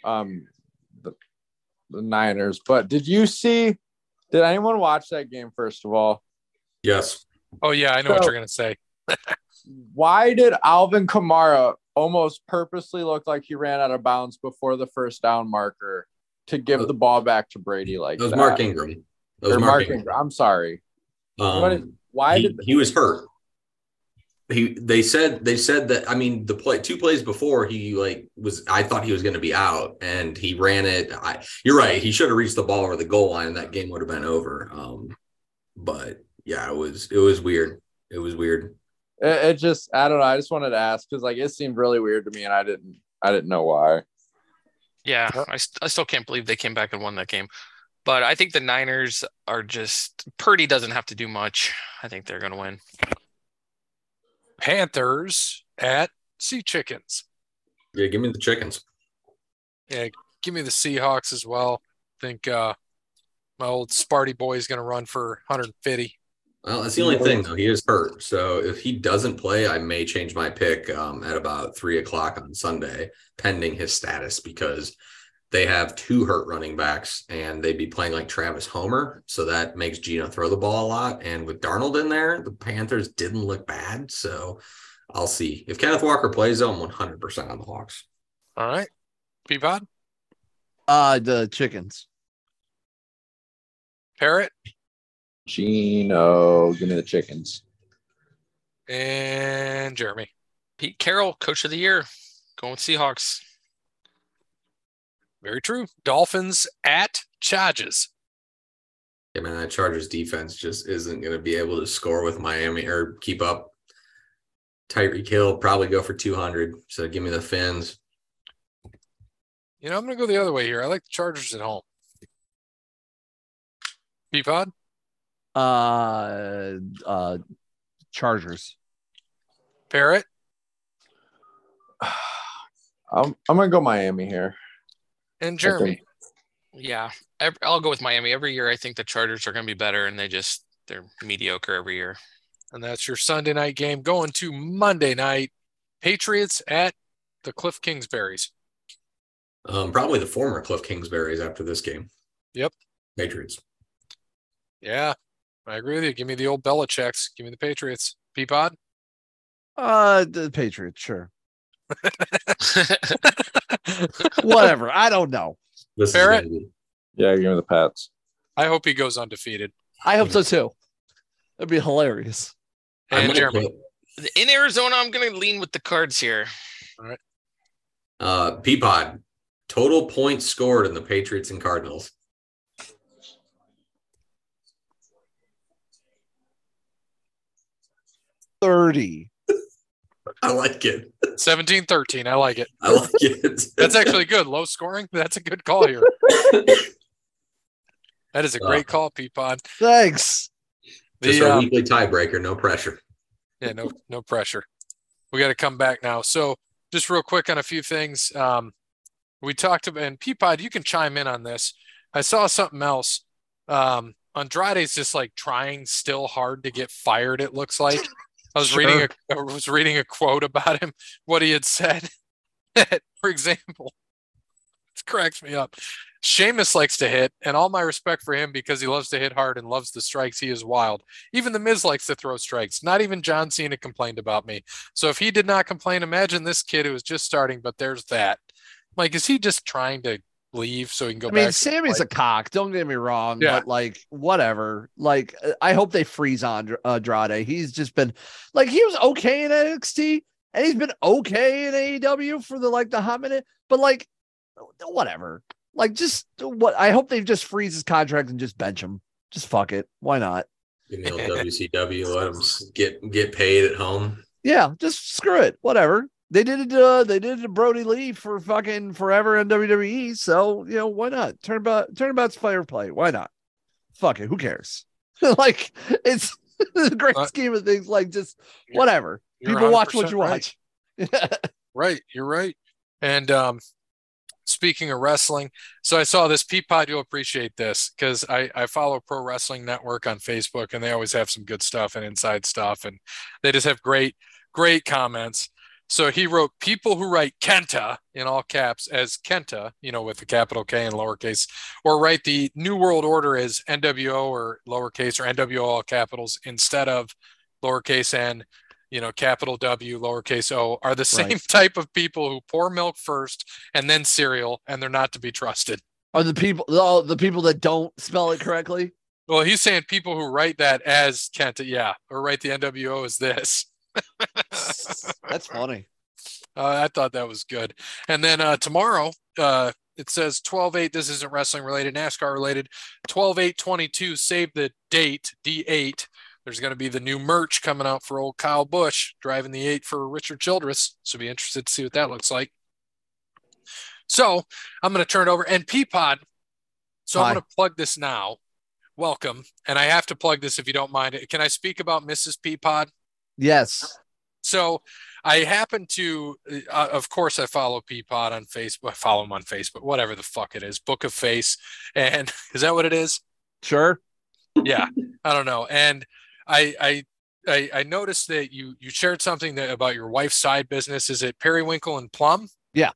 Speaker 6: um, the, the Niners. But did you see? Did anyone watch that game? First of all,
Speaker 2: Yes.
Speaker 1: Oh yeah, I know what
Speaker 6: So-
Speaker 1: you're gonna say.
Speaker 6: why did Alvin Kamara almost purposely look like he ran out of bounds before the first down marker to give the ball back to Brady like
Speaker 2: That was
Speaker 6: that?
Speaker 2: Mark Ingram. That
Speaker 6: Or
Speaker 2: was
Speaker 6: Mark
Speaker 2: Mark
Speaker 6: Ingram.
Speaker 2: Ingram.
Speaker 6: I'm sorry. What is-
Speaker 2: Um,
Speaker 6: Why
Speaker 2: he,
Speaker 6: did
Speaker 2: he was hurt. He they said they said that I mean the play two plays before he like was I thought he was going to be out and he ran it. I you're right. He should have reached the ball or the goal line. and That game would have been over. Um, but yeah, it was it was weird. It was weird.
Speaker 6: it, it just? I don't know. I just wanted to ask because like it seemed really weird to me, and I didn't. I didn't know why.
Speaker 4: Yeah, I, st- I still can't believe they came back and won that game. But I think the Niners are just Purdy doesn't have to do much. I think they're going to win.
Speaker 1: Panthers at Sea Chickens.
Speaker 2: Yeah, give me the chickens.
Speaker 1: Give me the Seahawks as well. think uh, my old Sparty boy is going to run for 150.
Speaker 2: Well, that's the only thing though. He is hurt, so if he doesn't play, I may change my pick um, at about three o'clock on Sunday, pending his status, because they have two hurt running backs and they'd be playing like Travis Homer, so that makes Gino throw the ball a lot. And with Darnold in there, the Panthers didn't look bad, so I'll see if Kenneth Walker plays. though, I'm 100 percent on the Hawks.
Speaker 1: All right. Peapod,
Speaker 7: Uh the chickens.
Speaker 1: Parrot,
Speaker 6: Gino, give me the chickens.
Speaker 1: and Jeremy.
Speaker 4: Pete Carroll, Coach of the Year, going with Seahawks.
Speaker 1: Very true. Dolphins at Charges.
Speaker 2: Yeah, man, that Chargers defense just isn't going to be able to score with Miami or keep up. Tyreek Hill probably go for 200. So give me the Fins.
Speaker 1: You know, I'm going to go the other way here. I like the Chargers at home. Peapod,
Speaker 7: Uh uh Chargers.
Speaker 1: Parrot,
Speaker 6: I'm I'm gonna go Miami here.
Speaker 1: and
Speaker 6: I think-
Speaker 1: Jeremy.
Speaker 4: Yeah, ev- I'll go with Miami every year. I think the Chargers are going to be better, and they just they're mediocre every year.
Speaker 1: And that's your Sunday night game going to Monday night. Patriots at the Cliff Kingsbury's.
Speaker 2: Um, probably the former Cliff Kingsbury's after this game.
Speaker 1: Yep.
Speaker 2: Patriots.
Speaker 1: Yeah, I agree with you. Give me the old Belichick's. Give me the Patriots. Peapod,
Speaker 7: Uh the Patriots, sure. Whatever. I don't know.
Speaker 2: This
Speaker 1: Barrett?
Speaker 2: is gonna be,
Speaker 6: Yeah, give me the Pats.
Speaker 1: I hope he goes undefeated.
Speaker 7: I hope so too. That'd be hilarious.
Speaker 2: I'm
Speaker 1: And
Speaker 2: gonna
Speaker 1: Jeremy,
Speaker 2: put,
Speaker 4: In Arizona, I'm going to lean with the cards here.
Speaker 2: uh, Peapod total points scored in the Patriots and Cardinals.
Speaker 7: Thirty.
Speaker 2: I like it.
Speaker 1: 17 13. I like it.
Speaker 2: I like it.
Speaker 1: That's actually good. Low scoring. That's a good call here. That is a great call, Peapod.
Speaker 7: Thanks.
Speaker 2: just
Speaker 1: The,
Speaker 2: our
Speaker 1: um,
Speaker 2: weekly tiebreaker. No pressure.
Speaker 1: Yeah, no, no pressure. We got to come back now. So just real quick on a few things. Um, we talked about, and Peapod, you can chime in on this. I saw something else. Um, Andrade's just like trying still hard to get fired. It looks like I was reading
Speaker 7: Sure.
Speaker 1: a, I was reading a quote about him, what he had said. for example, it cracks me up. Seamus likes to hit, and all my respect for him because he loves to hit hard and loves the strikes. He is wild. Even the Miz likes to throw strikes. Not even John Cena complained about me. So if he did not complain, imagine this kid who was just starting. But there's that. Like, is he just trying to leave so he can go
Speaker 7: I mean,
Speaker 1: back?
Speaker 7: Sammy's a cock. Don't get me wrong,
Speaker 1: Yeah.
Speaker 7: but like, whatever. Like, uh, I hope they freeze on Andrade. He's just been like he was okay in NXT, and he's been okay in AEW for the like the hot minute. But like, whatever. Like, just what I hope they just freeze his contract and just bench him. Just fuck it. Why not?
Speaker 2: Give me old WCW. Let them get get paid at home.
Speaker 7: Yeah, just screw it. Whatever. They did it. Uh, they did it to Brody Lee for fucking forever in WWE. So you know why not? Turnabout, turnabout's player play. Why not? Fuck it. Who cares? like it's the great
Speaker 1: Uh,
Speaker 7: scheme of things. Like just
Speaker 1: you're-
Speaker 7: whatever.
Speaker 1: You're
Speaker 7: People watch what
Speaker 1: 100%
Speaker 7: you
Speaker 1: right.
Speaker 7: watch.
Speaker 1: Right, you're right. And um, speaking of wrestling, so I saw this. Peapod, you'll appreciate this because I, I follow Pro Wrestling Network on Facebook, and they always have some good stuff and inside stuff, and they just have great, great comments. So he wrote, "People who write Kenta in all caps as Kenta, you know, with the capital K and lowercase, or write the New World Order as NWO or lowercase or NWO all capitals instead of lowercase n." you know, capital W, lowercase o, are the same
Speaker 7: Right.
Speaker 1: type of people who pour milk first and then cereal, and they're not to be trusted.
Speaker 7: Are the people oh, the people that don't spell it correctly?
Speaker 1: Well, he's saying people who write that as Kenta, yeah, or write the NWO as this.
Speaker 7: That's funny.
Speaker 1: Uh, I thought that was good. And then uh, tomorrow, uh, it says 12 8. This isn't wrestling related, NASCAR related. 12 8 22. Save the date, D8. There's going to be the new merch coming out for old Kyle Bush driving the 8 for Richard Childress. So be interested to see what that looks like. So I'm going to turn it over. And Peapod, so
Speaker 7: Hi.
Speaker 1: I'm going to plug this now. Welcome. And I have to plug this if you don't mind. Can I speak about Mrs. Peapod?
Speaker 7: Yes.
Speaker 1: So I happen to, uh, of course, I follow Peapod on Facebook. I follow him on Facebook, whatever the fuck it is, Book of Face. And is that what it is?
Speaker 7: Sure.
Speaker 1: yeah i don't know and i i i, I noticed that you you shared something that about your wife's side business is it periwinkle and plum
Speaker 7: Yeah.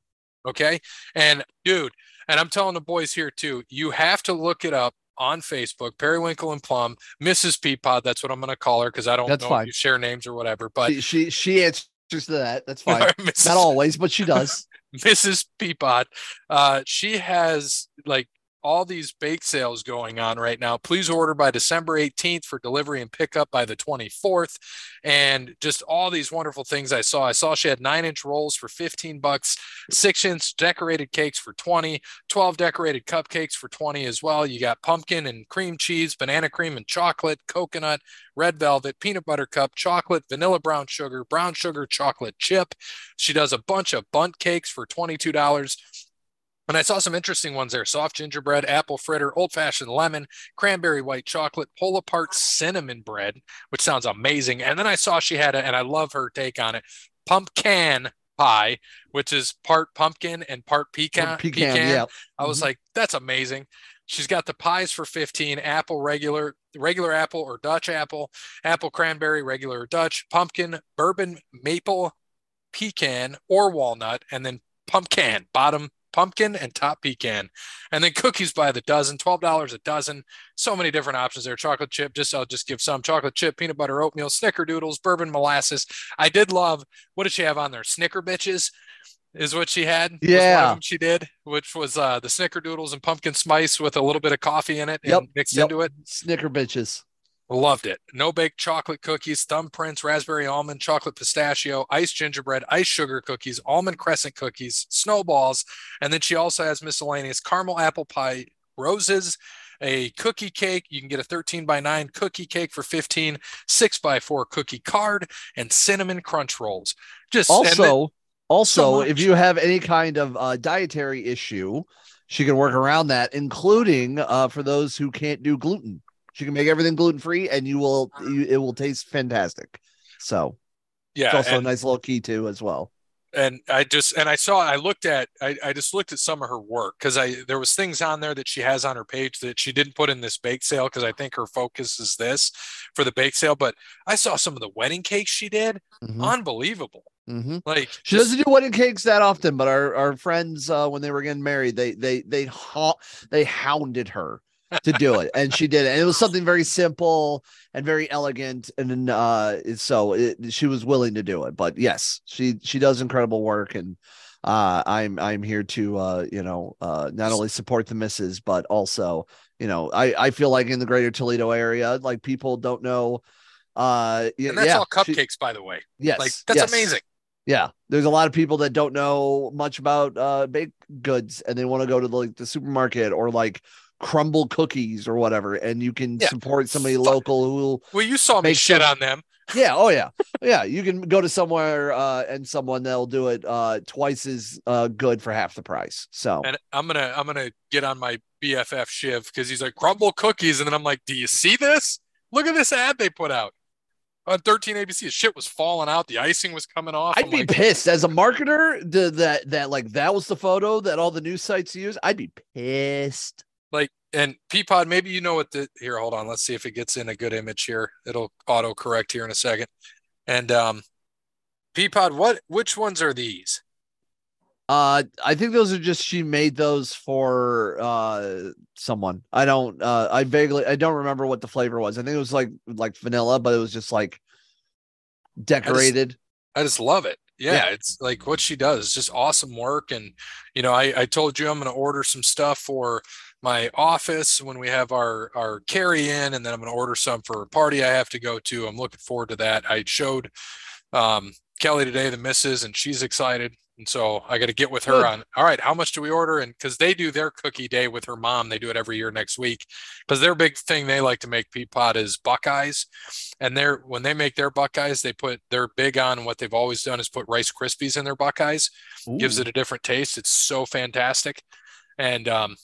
Speaker 1: okay and dude and i'm telling the boys here too you have to look it up on facebook periwinkle and plum mrs peapod that's what i'm going to call her because i don't
Speaker 7: That's
Speaker 1: know
Speaker 7: fine.
Speaker 1: if you share names or whatever but
Speaker 7: She, she she answers to that. That's fine.
Speaker 1: Mrs.
Speaker 7: Not always, but she does.
Speaker 1: Mrs. Peapod. Uh, she has like all these bake sales going on right now. Please order by December 18th for delivery and pickup by the 24th. And just all these wonderful things I saw. I saw she had nine inch rolls for 15 bucks, six inch decorated cakes for 20, 12 decorated cupcakes for 20 as well. You got pumpkin and cream cheese, banana cream and chocolate, coconut, red velvet, peanut butter cup, chocolate, vanilla brown sugar, brown sugar, chocolate chip. She does a bunch of bunt cakes for $22. And I saw some interesting ones there soft gingerbread, apple fritter, old fashioned lemon, cranberry white chocolate, pull apart cinnamon bread, which sounds amazing. And then I saw she had, a, and I love her take on it, pumpkin pie, which is part pumpkin and part pecan.
Speaker 7: Pecan, yeah.
Speaker 1: I was
Speaker 7: Mhm.
Speaker 1: like, that's amazing. She's got the pies for 15, apple regular, regular apple or Dutch apple, apple cranberry, regular or Dutch, pumpkin, bourbon, maple, pecan or walnut, and then pumpkin, bottom pumpkin and top pecan. And then cookies by the dozen, $12 a dozen. So many different options there. Chocolate chip, just I'll just give some chocolate chip, peanut butter oatmeal, snickerdoodles, bourbon molasses. I did love what did she have on there? Snicker bitches. is what she had. was one of
Speaker 7: Yeah.
Speaker 1: them she did, which was uh, the snickerdoodles and pumpkin spice with a little bit of coffee in it and
Speaker 7: Yep,
Speaker 1: mixed
Speaker 7: yep.
Speaker 1: into it.
Speaker 7: Snicker bitches.
Speaker 1: Loved it. No bake chocolate cookies, thumbprints, raspberry almond, chocolate pistachio, iced gingerbread, ice sugar cookies, almond crescent cookies, snowballs. And then she also has miscellaneous caramel apple pie roses, a cookie cake. You can get a 13 by 9 cookie cake for 15, 6 by 4 cookie card, and cinnamon crunch rolls. Just and then-
Speaker 7: Also, also,
Speaker 1: much.
Speaker 7: if you have any kind of uh, dietary issue, she can work around that, including uh, for those who can't do gluten. She can make everything gluten free, and you will you, it will taste fantastic. So it's
Speaker 1: yeah,
Speaker 7: also
Speaker 1: and-
Speaker 7: a nice little key too, as well.
Speaker 1: and I just and I saw I looked at I, I just looked at some of her work because I there was things on there that she has on her page that she didn't put in this bake sale because I think her focus is this for the bake sale. But I saw some of the wedding cakes she did,
Speaker 7: Mhm,
Speaker 1: unbelievable.
Speaker 7: mhm.
Speaker 1: Like
Speaker 7: She
Speaker 1: just-
Speaker 7: doesn't do wedding cakes that often, but our, our friends uh, when they were getting married, they they they ho- they hounded her to do it, and she did it. And it was something very simple and very elegant, and then, uh, so it, she was willing to do it. But yes, she she does incredible work, and uh, I'm I'm here to uh, you know uh, not only support the misses, but also you know I I feel like in the greater Toledo area, like people don't know. Uh, y-
Speaker 1: and that's
Speaker 7: yeah,
Speaker 1: all
Speaker 7: she-
Speaker 1: cupcakes, by the way.
Speaker 7: yes,
Speaker 1: like that's
Speaker 7: yes.
Speaker 1: amazing.
Speaker 7: Yeah, there's a lot of people that don't know much about uh baked goods and they want to go to like the supermarket or like crumble cookies or whatever and you can
Speaker 1: Yeah.
Speaker 7: support somebody
Speaker 1: Fuck.
Speaker 7: local who
Speaker 1: Well, you saw me
Speaker 7: Make
Speaker 1: shit
Speaker 7: some-
Speaker 1: on them.
Speaker 7: yeah oh yeah yeah you can go to somewhere uh and someone that'll do it uh twice as uh good for half the price so
Speaker 1: And I'm gonna I'm gonna get on my BFF Shiv because he's like crumble cookies, and then I'm like, do you see this? Look at this ad they put out on 13 ABC. Shit was falling out. The icing was coming off.
Speaker 7: I'd
Speaker 1: I'm
Speaker 7: be
Speaker 1: like,
Speaker 7: pissed as a marketer the, that that like that was the photo that all the news sites use I'd be pissed
Speaker 1: like and peapod maybe you know what the here hold on let's see if it gets in a good image here it'll auto correct here in a second and um peapod what which ones are these
Speaker 7: Uh, I think those are just she made those for uh someone. I don't. Uh, I vaguely I don't remember what the flavor was. I think it was like like vanilla, but it was just like decorated.
Speaker 1: i just love it yeah, it's like what she does is just awesome work and you know i i told you i'm going to order some stuff for my office when we have our our carry in and then i'm going to order some for a party i have to go to i'm looking forward to that i showed um kelly today the missus and she's excited and so i got to get with her
Speaker 7: Good.
Speaker 1: on all right how much do we order and because they do their cookie day with her mom they do it every year next week because their big thing they like to make peapod is buckeyes and they're when they make their buckeyes they put they're big on what they've always done is put rice krispies in their buckeyes gives it a different taste. It's so fantastic. And um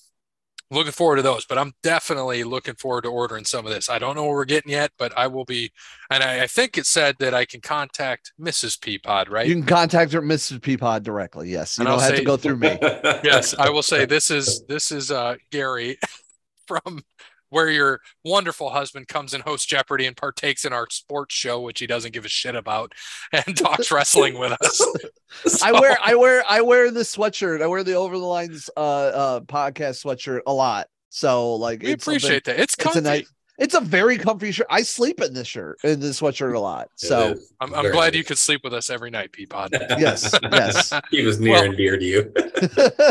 Speaker 1: looking forward to those. But I'm definitely looking forward to ordering some of this. I don't know what we're getting yet, but I will be and I, I think it said that I can contact Mrs. Peapod, right?
Speaker 7: You can contact her, Mrs. Peapod, directly. Yes, you
Speaker 1: And
Speaker 7: don't
Speaker 1: I'll
Speaker 7: have
Speaker 1: say-
Speaker 7: to go through me.
Speaker 1: yes, I will say this is this is uh Gary from where your wonderful husband comes and hosts Jeopardy and partakes in our sports show, which he doesn't give a shit about, and talks wrestling with us.
Speaker 7: I wear I wear I wear the sweatshirt. I wear the Over the Lines uh uh podcast sweatshirt a lot. So like
Speaker 1: We
Speaker 7: it's something-
Speaker 1: appreciate that. It's
Speaker 7: it's
Speaker 1: comfy.
Speaker 7: a nice. It's a very comfy shirt. I sleep in this shirt in this sweatshirt a lot.
Speaker 2: It
Speaker 7: So
Speaker 2: is
Speaker 1: I'm, I'm
Speaker 2: very
Speaker 1: glad
Speaker 2: nice.
Speaker 1: you could sleep with us every night, Peapod.
Speaker 7: yes, yes.
Speaker 2: He was near
Speaker 1: Well-
Speaker 2: and dear to you.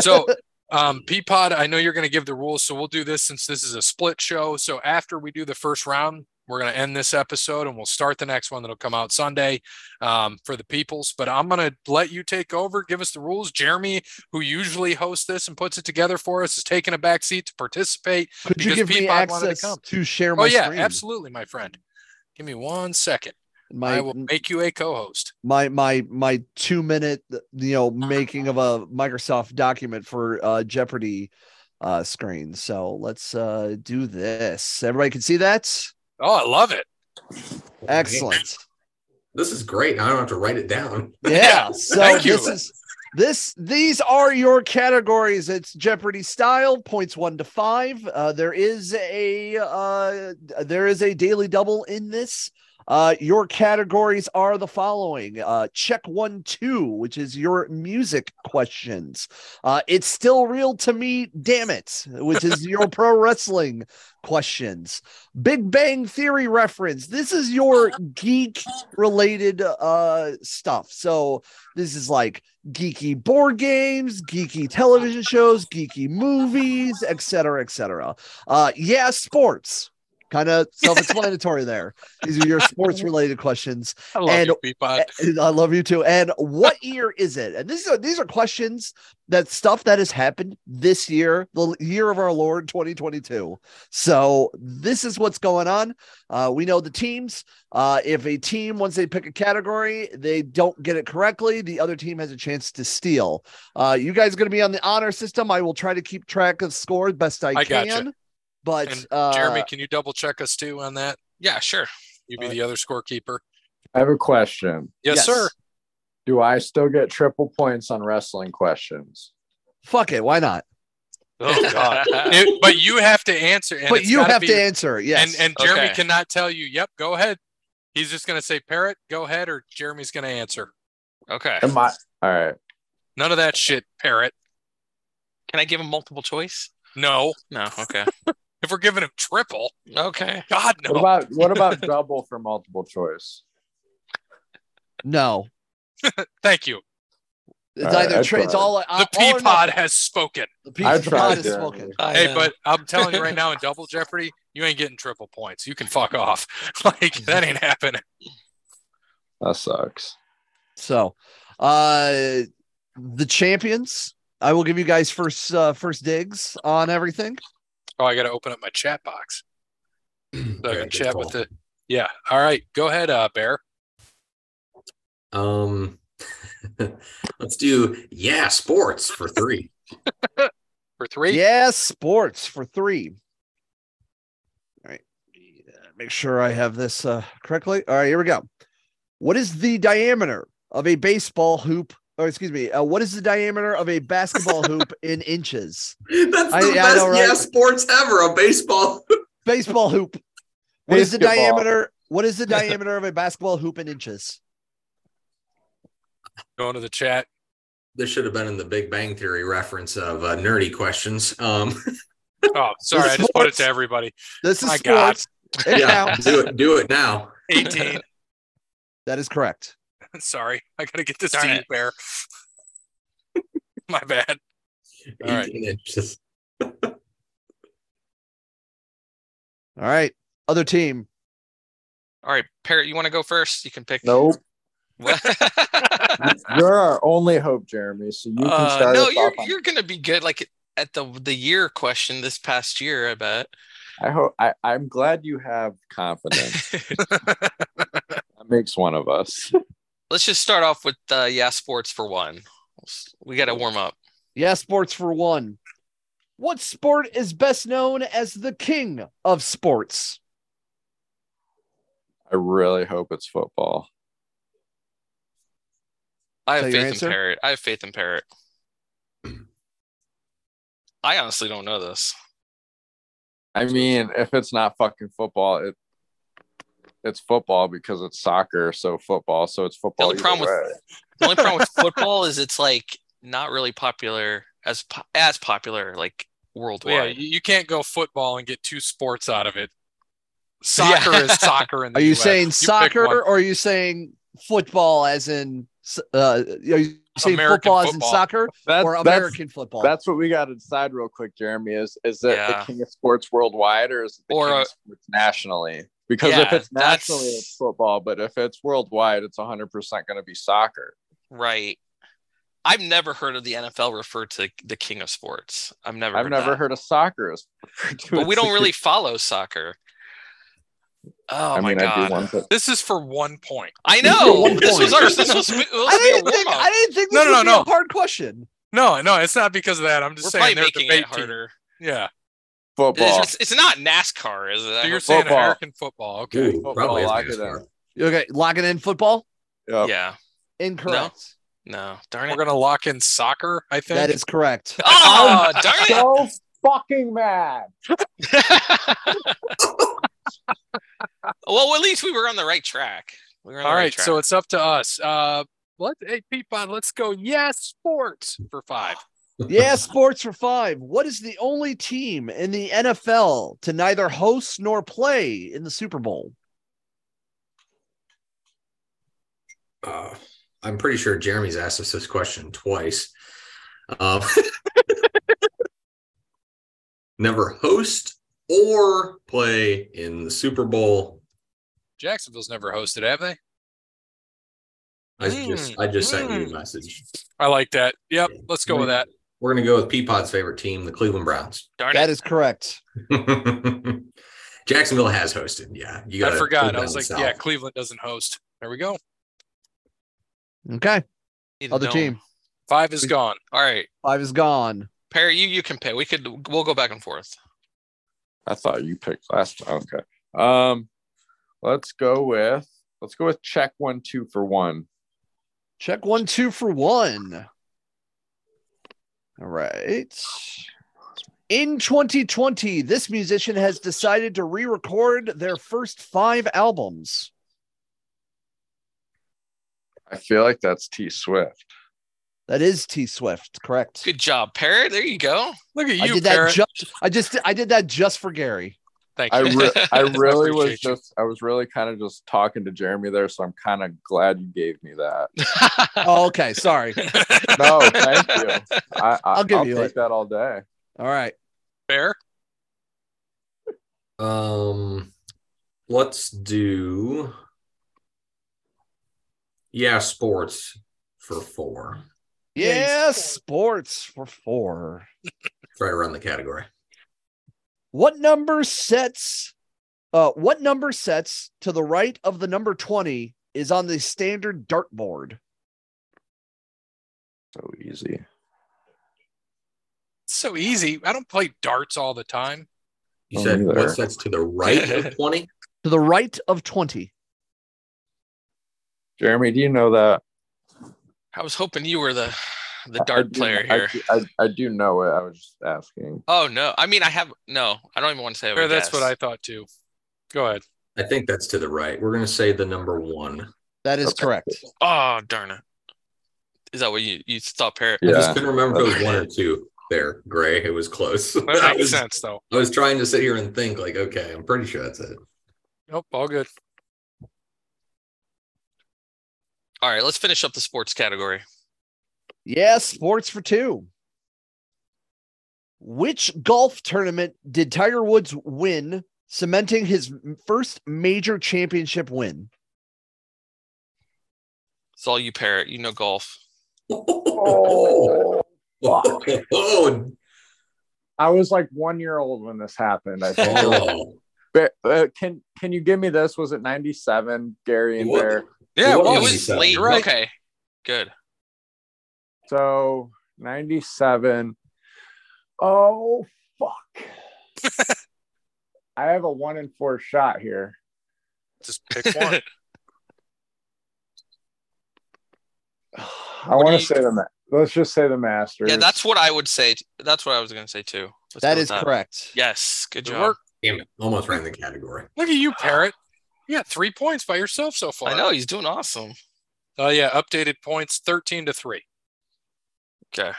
Speaker 1: so um peapod i know you're going to give the rules so we'll do this since this is a split show so after we do the first round we're going to end this episode and we'll start the next one that'll come out sunday um, for the peoples but i'm going to let you take over give us the rules jeremy who usually hosts this and puts it together for us is taking a back seat to participate
Speaker 7: Could you
Speaker 1: because
Speaker 7: give me
Speaker 1: Peapod wanted to
Speaker 7: access
Speaker 1: come.
Speaker 7: to, share my
Speaker 1: oh yeah
Speaker 7: screen?
Speaker 1: absolutely my friend give me one second i
Speaker 7: My
Speaker 1: will make you a co-host
Speaker 7: my my my two minute you know making of a Microsoft document for uh, Jeopardy uh, screen. So let's uh, do this. Everybody can see that.
Speaker 1: oh i love it
Speaker 7: Excellent.
Speaker 2: This is great. I don't have to write it down.
Speaker 7: Yeah. So
Speaker 1: Thank you.
Speaker 7: this is this these are your categories. It's Jeopardy style, points one to five. Uh, there is a uh, there is a daily double in this. Uh, your categories are the following uh, check one, two, which is your music questions. Uh, it's still real to me, damn it, which is your pro wrestling questions. Big Bang Theory reference. This is your geek related uh, stuff. So this is like geeky board games, geeky television shows, geeky movies, etc., etc. Uh, yeah, sports. Kind of self-explanatory there. These are your sports-related questions.
Speaker 4: I love
Speaker 7: And-
Speaker 4: you,
Speaker 1: Uh,
Speaker 4: Peapod.
Speaker 7: And I love you too. And what year is it? And these are these are questions that stuff that has happened this year, the year of our Lord 2022. So this is what's going on. Uh, we know the teams. Uh, if a team once they pick a category, they don't get it correctly, the other team has a chance to steal. Uh, you guys are going to be on the honor system. I will try to keep track of scores best I,
Speaker 1: I
Speaker 7: can.
Speaker 1: gotcha.
Speaker 7: But
Speaker 1: And
Speaker 7: uh,
Speaker 1: Jeremy, can you double check us too on that?
Speaker 4: Yeah, sure.
Speaker 1: You be the other scorekeeper.
Speaker 6: I have a question.
Speaker 1: Yes,
Speaker 7: uh, Yes.
Speaker 1: sir.
Speaker 6: Do I still get triple points on wrestling questions?
Speaker 7: fuck it, why not?
Speaker 1: Oh God. It- but you have to answer. And
Speaker 7: but
Speaker 1: it's
Speaker 7: you
Speaker 1: gotta
Speaker 7: have
Speaker 1: be-
Speaker 7: to answer. Yes,
Speaker 1: And and Jeremy
Speaker 4: Okay.
Speaker 1: cannot tell you. Yep, go ahead. He's just going to say parrot, go ahead, or Jeremy's going to answer.
Speaker 4: Okay.
Speaker 6: Am I all right?
Speaker 1: None of that shit, parrot.
Speaker 4: Can I give him multiple choice?
Speaker 1: No.
Speaker 4: No. Okay.
Speaker 1: If we're giving him triple,
Speaker 4: okay.
Speaker 1: God
Speaker 6: What
Speaker 1: no.
Speaker 6: about what about double for multiple choice?
Speaker 7: no.
Speaker 1: Thank you.
Speaker 7: It's
Speaker 6: All right,
Speaker 7: either
Speaker 6: I
Speaker 7: tra- it's
Speaker 6: tried.
Speaker 7: all uh,
Speaker 1: The
Speaker 7: all or
Speaker 1: Peapod
Speaker 7: nothing.
Speaker 1: has spoken.
Speaker 7: The
Speaker 6: I
Speaker 7: Peapod
Speaker 6: tried.
Speaker 7: is
Speaker 6: Jeremy.
Speaker 7: smoking.
Speaker 4: I,
Speaker 1: Hey,
Speaker 4: uh,
Speaker 1: but I'm telling you right now, in double Jeopardy, you ain't getting triple points. You can fuck off. Like that ain't happening.
Speaker 6: That sucks.
Speaker 7: So, uh, the champions. I will give you guys first uh, first digs on everything.
Speaker 1: Oh, I got to open up my chat box so I
Speaker 2: Very
Speaker 1: can
Speaker 2: good
Speaker 1: chat
Speaker 2: call.
Speaker 1: with the. Yeah. All right. Go ahead, uh, Bear.
Speaker 2: Um, let's do yeah sports for three.
Speaker 1: For three.
Speaker 7: Yeah, sports for three. All right, make sure I have this uh, correctly. All right, here we go. What is the diameter of a baseball hoop? Or excuse me, uh, what is the diameter of a basketball hoop in inches?
Speaker 2: That's the
Speaker 7: I- I know,
Speaker 2: best yeah
Speaker 7: right?
Speaker 2: sports ever. A baseball.
Speaker 7: Baseball hoop. What is the
Speaker 6: Basketball.
Speaker 7: diameter? What is the diameter of a basketball hoop in inches?
Speaker 1: Going to the chat.
Speaker 2: This should have been in the Big Bang Theory reference of uh, nerdy questions. Um,
Speaker 1: Oh, sorry. I just put it to
Speaker 7: Sports.
Speaker 1: everybody.
Speaker 7: This is
Speaker 1: My God.
Speaker 7: sports. It
Speaker 2: yeah,
Speaker 7: counts.
Speaker 2: do it. Do it now.
Speaker 1: 18.
Speaker 7: That is correct.
Speaker 1: sorry. I got to get this
Speaker 4: Darn
Speaker 1: to you,
Speaker 4: it.
Speaker 1: Bear. My bad. All right.
Speaker 2: 18 inches.
Speaker 7: All right. Other team.
Speaker 4: all right, Parrot, you want to go first? You can pick.
Speaker 6: Nope.
Speaker 4: What?
Speaker 6: You're our only hope, Jeremy. So you can
Speaker 4: Uh,
Speaker 6: start
Speaker 4: no,
Speaker 6: us
Speaker 4: you're
Speaker 6: off on
Speaker 4: you're gonna be good. Like at the the year question this past year, I bet.
Speaker 6: I hope I, I'm glad you have confidence. that makes one of us.
Speaker 4: Let's just start off with uh, yeah sports for one. We got to warm up.
Speaker 7: Yeah, sports for one. What sport is best known as the king of sports?
Speaker 6: I really hope it's football.
Speaker 4: I have
Speaker 7: that
Speaker 4: faith
Speaker 7: your
Speaker 4: in
Speaker 7: answer?
Speaker 4: Parrot. I have faith in Parrot. I honestly don't know this.
Speaker 6: I mean, if it's not fucking football, it it's football because it's soccer, so football, so it's football.
Speaker 4: only
Speaker 6: either
Speaker 4: problem with-
Speaker 6: way.
Speaker 4: The only problem with football is it's like not really popular as po- as popular like
Speaker 1: yeah,
Speaker 4: worldwide.
Speaker 1: you, you can't go football and get two sports out of it. Soccer is soccer in the
Speaker 7: Are you
Speaker 1: US.
Speaker 7: saying
Speaker 1: pick
Speaker 7: soccer
Speaker 1: one.
Speaker 7: or are you saying football as in s- uh are you saying
Speaker 1: American
Speaker 7: football, as in
Speaker 1: football.
Speaker 7: soccer
Speaker 6: that's,
Speaker 7: or American football?
Speaker 6: That's, that's what we got to decide real quick, Jeremy. Is is that
Speaker 4: Yeah.
Speaker 6: the king of sports worldwide or is it the
Speaker 4: Or,
Speaker 6: king
Speaker 4: uh,
Speaker 6: of sports nationally? Because if
Speaker 4: Yeah,
Speaker 6: it's nationally,
Speaker 4: that's-
Speaker 6: it's football, but if it's worldwide, it's 100% going to be soccer.
Speaker 4: Right. I've never heard of the NFL refer to the king of sports. I've never.
Speaker 6: I've
Speaker 4: heard
Speaker 6: never
Speaker 4: that.
Speaker 6: heard of soccer as
Speaker 4: But we don't really follow soccer. Oh
Speaker 6: I
Speaker 4: my
Speaker 6: mean, I
Speaker 4: god!
Speaker 6: do want to.
Speaker 1: This is for one point.
Speaker 4: I
Speaker 7: This is
Speaker 4: know.
Speaker 7: one
Speaker 4: This was
Speaker 7: point.
Speaker 4: ours. This was supposed
Speaker 7: I
Speaker 4: to be a warm
Speaker 7: didn't think I
Speaker 4: up.
Speaker 7: didn't think
Speaker 1: No,
Speaker 7: this
Speaker 1: no, no,
Speaker 7: would be
Speaker 1: no.
Speaker 7: a hard question.
Speaker 1: No, no, it's not because of that. I'm just
Speaker 4: We're
Speaker 1: saying
Speaker 4: probably
Speaker 1: they're
Speaker 4: making
Speaker 1: debate
Speaker 4: it
Speaker 1: team.
Speaker 4: harder.
Speaker 1: Yeah.
Speaker 6: Football.
Speaker 4: It's, it's not NASCAR, is it? I
Speaker 1: So you're
Speaker 4: hope-
Speaker 1: saying
Speaker 6: Football.
Speaker 1: American football. Okay.
Speaker 2: Ooh,
Speaker 6: Football,
Speaker 2: probably is
Speaker 6: I could,
Speaker 2: NASCAR.
Speaker 7: Okay, locking in football?
Speaker 6: Yep.
Speaker 4: yeah.
Speaker 7: Incorrect.
Speaker 4: No. Darn
Speaker 1: We're
Speaker 4: it.
Speaker 1: going to lock in soccer, I think.
Speaker 7: That is correct.
Speaker 4: Oh, darn
Speaker 5: So fucking mad.
Speaker 4: it. well, at least we were on the right track. We were on
Speaker 1: All
Speaker 4: the
Speaker 1: right,
Speaker 4: track.
Speaker 1: so it's up to us. Uh, let hey Peapod, let's go. Yes, sports for five.
Speaker 7: yeah, sports for five. What is the only team in the NFL to neither host nor play in the Super Bowl?
Speaker 2: Uh, I'm pretty sure Jeremy's asked us this question twice. Uh, never host or play in the Super Bowl.
Speaker 1: Jacksonville's never hosted, have they?
Speaker 2: I
Speaker 1: Hmm,
Speaker 2: just I just sent you a message.
Speaker 1: I like that. Yep, let's go with that.
Speaker 2: We're gonna go with Peapod's favorite team, the Cleveland Browns.
Speaker 4: Darn
Speaker 7: That
Speaker 4: it.
Speaker 7: is correct.
Speaker 2: Jacksonville has hosted. Yeah, you
Speaker 1: I
Speaker 2: gotta-
Speaker 1: forgot. I was like,
Speaker 2: South.
Speaker 1: yeah, Cleveland doesn't host. There we go.
Speaker 7: Okay.
Speaker 4: Need to
Speaker 7: Other
Speaker 4: know.
Speaker 7: team.
Speaker 1: Five is gone.
Speaker 4: All right,
Speaker 7: Five is gone.
Speaker 4: Perry, you you can pay. We could we'll go back and forth.
Speaker 6: I thought you picked last one. Okay. Um, let's go with let's go with check one two for one.
Speaker 7: Check one, two for one. All right. In 2020, this musician has decided to re record their first five albums.
Speaker 6: I feel like that's T Swift.
Speaker 7: That is T Swift, correct?
Speaker 4: Good job, Perry. There you go.
Speaker 1: Look at
Speaker 7: I
Speaker 1: you,
Speaker 7: did
Speaker 1: Parrot.
Speaker 7: that just I just I did that just for Gary.
Speaker 1: Thank
Speaker 6: I
Speaker 1: you.
Speaker 6: re- I really was
Speaker 1: appreciate you.
Speaker 6: just I was really kind of just talking to Jeremy there, so I'm kind of glad you gave me that.
Speaker 7: Oh, okay, sorry.
Speaker 6: No, thank you. I, I,
Speaker 7: I'll
Speaker 6: I'll
Speaker 7: give
Speaker 6: give will
Speaker 7: you
Speaker 6: take
Speaker 7: it.
Speaker 6: that all day.
Speaker 7: All right.
Speaker 1: Bear.
Speaker 2: Um, let's do. Yeah, sports for four.
Speaker 7: Yeah, sports for four.
Speaker 2: It's right around the category.
Speaker 7: What number sets uh what number sets to the right of the number 20 is on the standard dartboard?
Speaker 6: So easy.
Speaker 1: It's so easy. I don't play darts all the time.
Speaker 2: You
Speaker 6: Oh,
Speaker 2: said
Speaker 6: neither.
Speaker 2: what's that's to the right of twenty?
Speaker 7: To the right of 20.
Speaker 6: Jeremy, do you know that?
Speaker 4: I was hoping you were the the
Speaker 6: I
Speaker 4: dart
Speaker 6: do-
Speaker 4: player
Speaker 6: I
Speaker 4: here.
Speaker 6: do- I, I, do know it. I was just asking.
Speaker 4: Oh no. I mean I have no, I don't even want to say I have a
Speaker 1: Bear, that's
Speaker 4: guess.
Speaker 1: what I thought too. Go ahead.
Speaker 2: I think that's to the right. We're gonna say the number one.
Speaker 7: That is
Speaker 6: Okay.
Speaker 7: correct.
Speaker 4: Oh darn it. Is that what you you thought, Parrot?
Speaker 2: I
Speaker 6: Yeah.
Speaker 2: just couldn't remember if it was one or two there, Gray. It was close.
Speaker 1: That
Speaker 2: I,
Speaker 1: makes
Speaker 2: was,
Speaker 1: sense though.
Speaker 2: I was trying to sit here and think, like, okay, I'm pretty sure that's it.
Speaker 1: Nope, all good.
Speaker 4: All right, let's finish up the sports category.
Speaker 7: Yeah, sports for two. Which golf tournament did Tiger Woods win, cementing his first major championship win?
Speaker 4: It's all you, Parrot. You know golf.
Speaker 2: Oh, oh,
Speaker 6: I was like one year old when this happened. I think.
Speaker 2: oh.
Speaker 6: Bear, uh, can can you give me this? Was it ninety seven, Gary and
Speaker 2: What?
Speaker 6: Bear?
Speaker 1: Yeah,
Speaker 2: It
Speaker 1: well,
Speaker 4: It
Speaker 2: Oh,
Speaker 4: was
Speaker 2: you
Speaker 4: late.
Speaker 2: said, right.
Speaker 4: Okay. Good.
Speaker 6: So ninety seven. Oh fuck! I have a one in four shot here.
Speaker 1: just pick one.
Speaker 6: I
Speaker 4: What do
Speaker 6: want
Speaker 4: you-
Speaker 6: to say the ma- let's just say the Masters.
Speaker 4: Yeah, that's what I would say. That's what I was gonna say too. Let's
Speaker 7: That
Speaker 4: go with
Speaker 7: is correct.
Speaker 4: Yes. Good
Speaker 1: Good
Speaker 4: job.
Speaker 1: work.
Speaker 2: Damn it. Almost ran the category.
Speaker 1: Look at you, Parrot. You got three points by yourself so far.
Speaker 4: I know he's doing awesome.
Speaker 1: Oh yeah, updated points thirteen to three.
Speaker 4: Okay.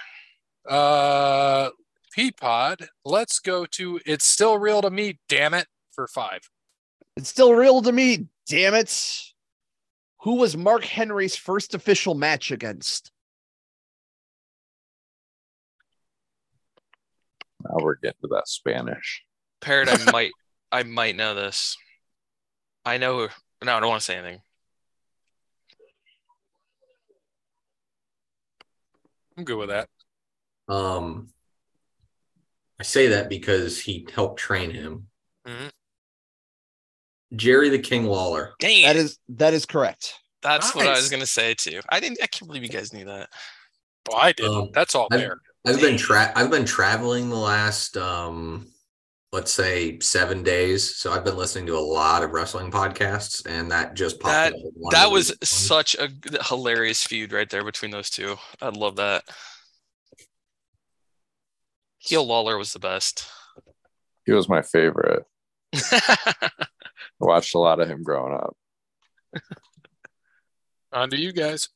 Speaker 1: Uh, Peapod, let's go to it's still real to me. Damn it, for five.
Speaker 7: It's still real to me, damn it. Who was Mark Henry's first official match against?
Speaker 6: now we're getting to that Spanish.
Speaker 4: Parrot, I might I might know this. I know no, I don't want to say anything.
Speaker 1: I'm good with that.
Speaker 2: Um, I say that because he helped train him.
Speaker 1: Mhm.
Speaker 2: Jerry the King Lawler.
Speaker 4: Dang
Speaker 7: That is that is correct.
Speaker 4: that's what I was
Speaker 1: Nice.
Speaker 4: gonna say too. I didn't I can't believe you guys knew that.
Speaker 1: Well, Oh, I didn't.
Speaker 2: Um,
Speaker 1: That's all
Speaker 2: I-
Speaker 1: there.
Speaker 2: I've been tra- I've been traveling the last um let's say seven days. So I've been listening to a lot of wrestling podcasts and that just popped
Speaker 4: That-
Speaker 2: up. One
Speaker 4: That
Speaker 2: of
Speaker 4: was
Speaker 2: the-
Speaker 4: such a g- hilarious feud right there between those two. I love that. Heel Lawler was the best.
Speaker 6: He was my favorite. I watched a lot of him growing up.
Speaker 1: On to you guys.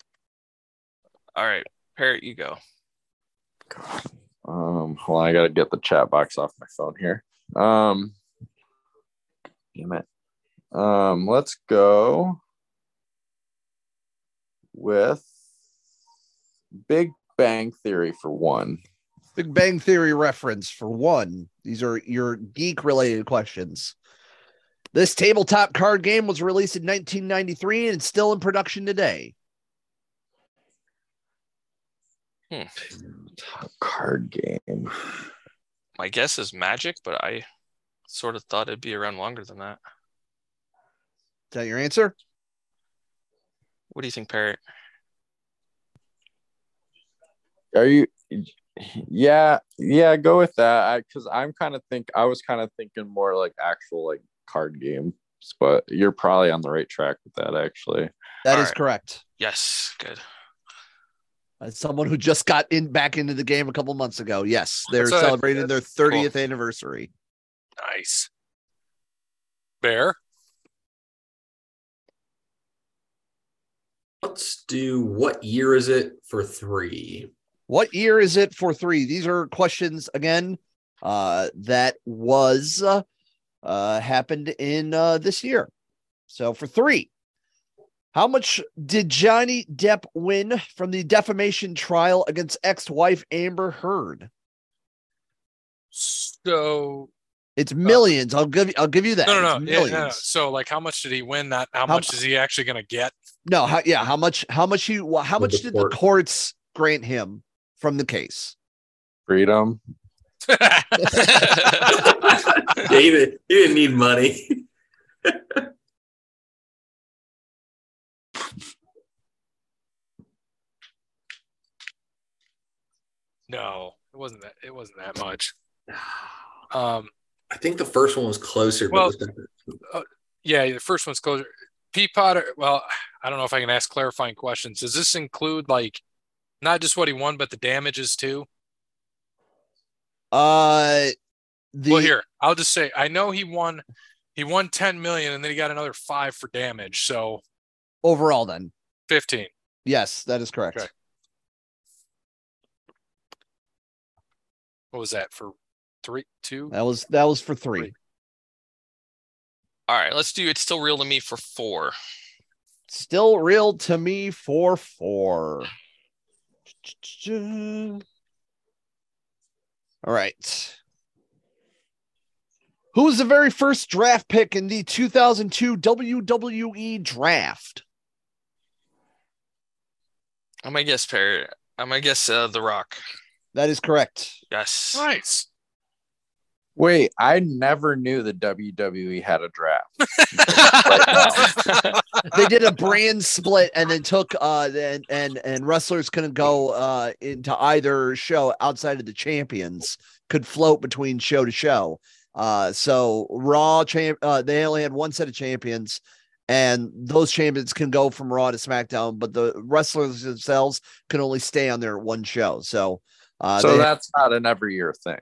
Speaker 4: All right, Parrot, you go.
Speaker 6: God. Um, hold on, I gotta get the chat box off my phone here. Um, damn it. Um, let's go with Big Bang Theory for one.
Speaker 7: Big Bang Theory reference for one. These are your geek related questions. This tabletop card game was released in 1993 and it's still in production today.
Speaker 6: Top card game.
Speaker 4: My guess is Magic, but I sort of thought it'd be around longer than that.
Speaker 7: Is that your answer?
Speaker 4: What do you think, Parrot?
Speaker 6: Are you? Yeah, yeah. Go with that. I because I'm kind of think I was kind of thinking more like actual like card games, but you're probably on the right track with that actually.
Speaker 7: That
Speaker 4: All
Speaker 7: is
Speaker 4: right.
Speaker 7: correct.
Speaker 4: Yes, good.
Speaker 7: As someone who just got in back into the game a couple months ago, yes, they're
Speaker 1: That's all right.
Speaker 7: celebrating their 30th anniversary.
Speaker 1: Nice. Bear.
Speaker 2: Let's do what year is it for three?
Speaker 7: What year is it for three? These are questions again uh, that was uh, happened in uh, this year. So for three, how much did Johnny Depp win from the defamation trial against ex-wife Amber Heard?
Speaker 1: So
Speaker 7: It's millions. I'll give you. I'll give you that.
Speaker 1: Uh, no, no,
Speaker 7: It's
Speaker 1: no, yeah, no,
Speaker 7: millions.
Speaker 1: no. So like, how much did he win? That how,
Speaker 7: How-
Speaker 1: much is he actually going to get?
Speaker 7: No, how, yeah, how much? How much he? wha- How
Speaker 2: With
Speaker 7: much
Speaker 2: the
Speaker 7: did
Speaker 2: court.
Speaker 7: the courts grant him from the case?
Speaker 6: Freedom.
Speaker 2: David, you didn't need money.
Speaker 1: no, it wasn't that. It wasn't that much. Um,
Speaker 2: I think the first one was closer, but
Speaker 1: Well-
Speaker 2: the second-
Speaker 1: yeah, the first one's closer. Peapod. Well, I don't know if I can ask clarifying questions. Does this include like not just what he won, but the damages too?
Speaker 7: Uh, the
Speaker 1: well, here I'll just say I know he won. He won ten million, and then he got another five for damage. So
Speaker 7: overall, then
Speaker 1: fifteen.
Speaker 7: yes, that is correct.
Speaker 1: Okay. What was that for? Three, two.
Speaker 7: That was that was for three.
Speaker 4: All right, let's do It's Still Real to Me for four.
Speaker 7: Still real to me for four. All right. Who was the very first draft pick in the 2002 WWE E draft?
Speaker 4: I'm gonna guess Parrot. I'm gonna guess uh, The Rock.
Speaker 7: That is correct.
Speaker 4: Yes.
Speaker 1: Nice.
Speaker 6: Wait, I never knew the WWE E had a draft.
Speaker 7: They did a brand split and then took uh and and and wrestlers couldn't go uh into either show outside of the champions could float between show to show. Uh so Raw champ uh they only had one set of champions and those champions can go from Raw to SmackDown, but the wrestlers themselves can only stay on their one show. So uh
Speaker 6: so
Speaker 7: they-
Speaker 6: that's not an every year thing.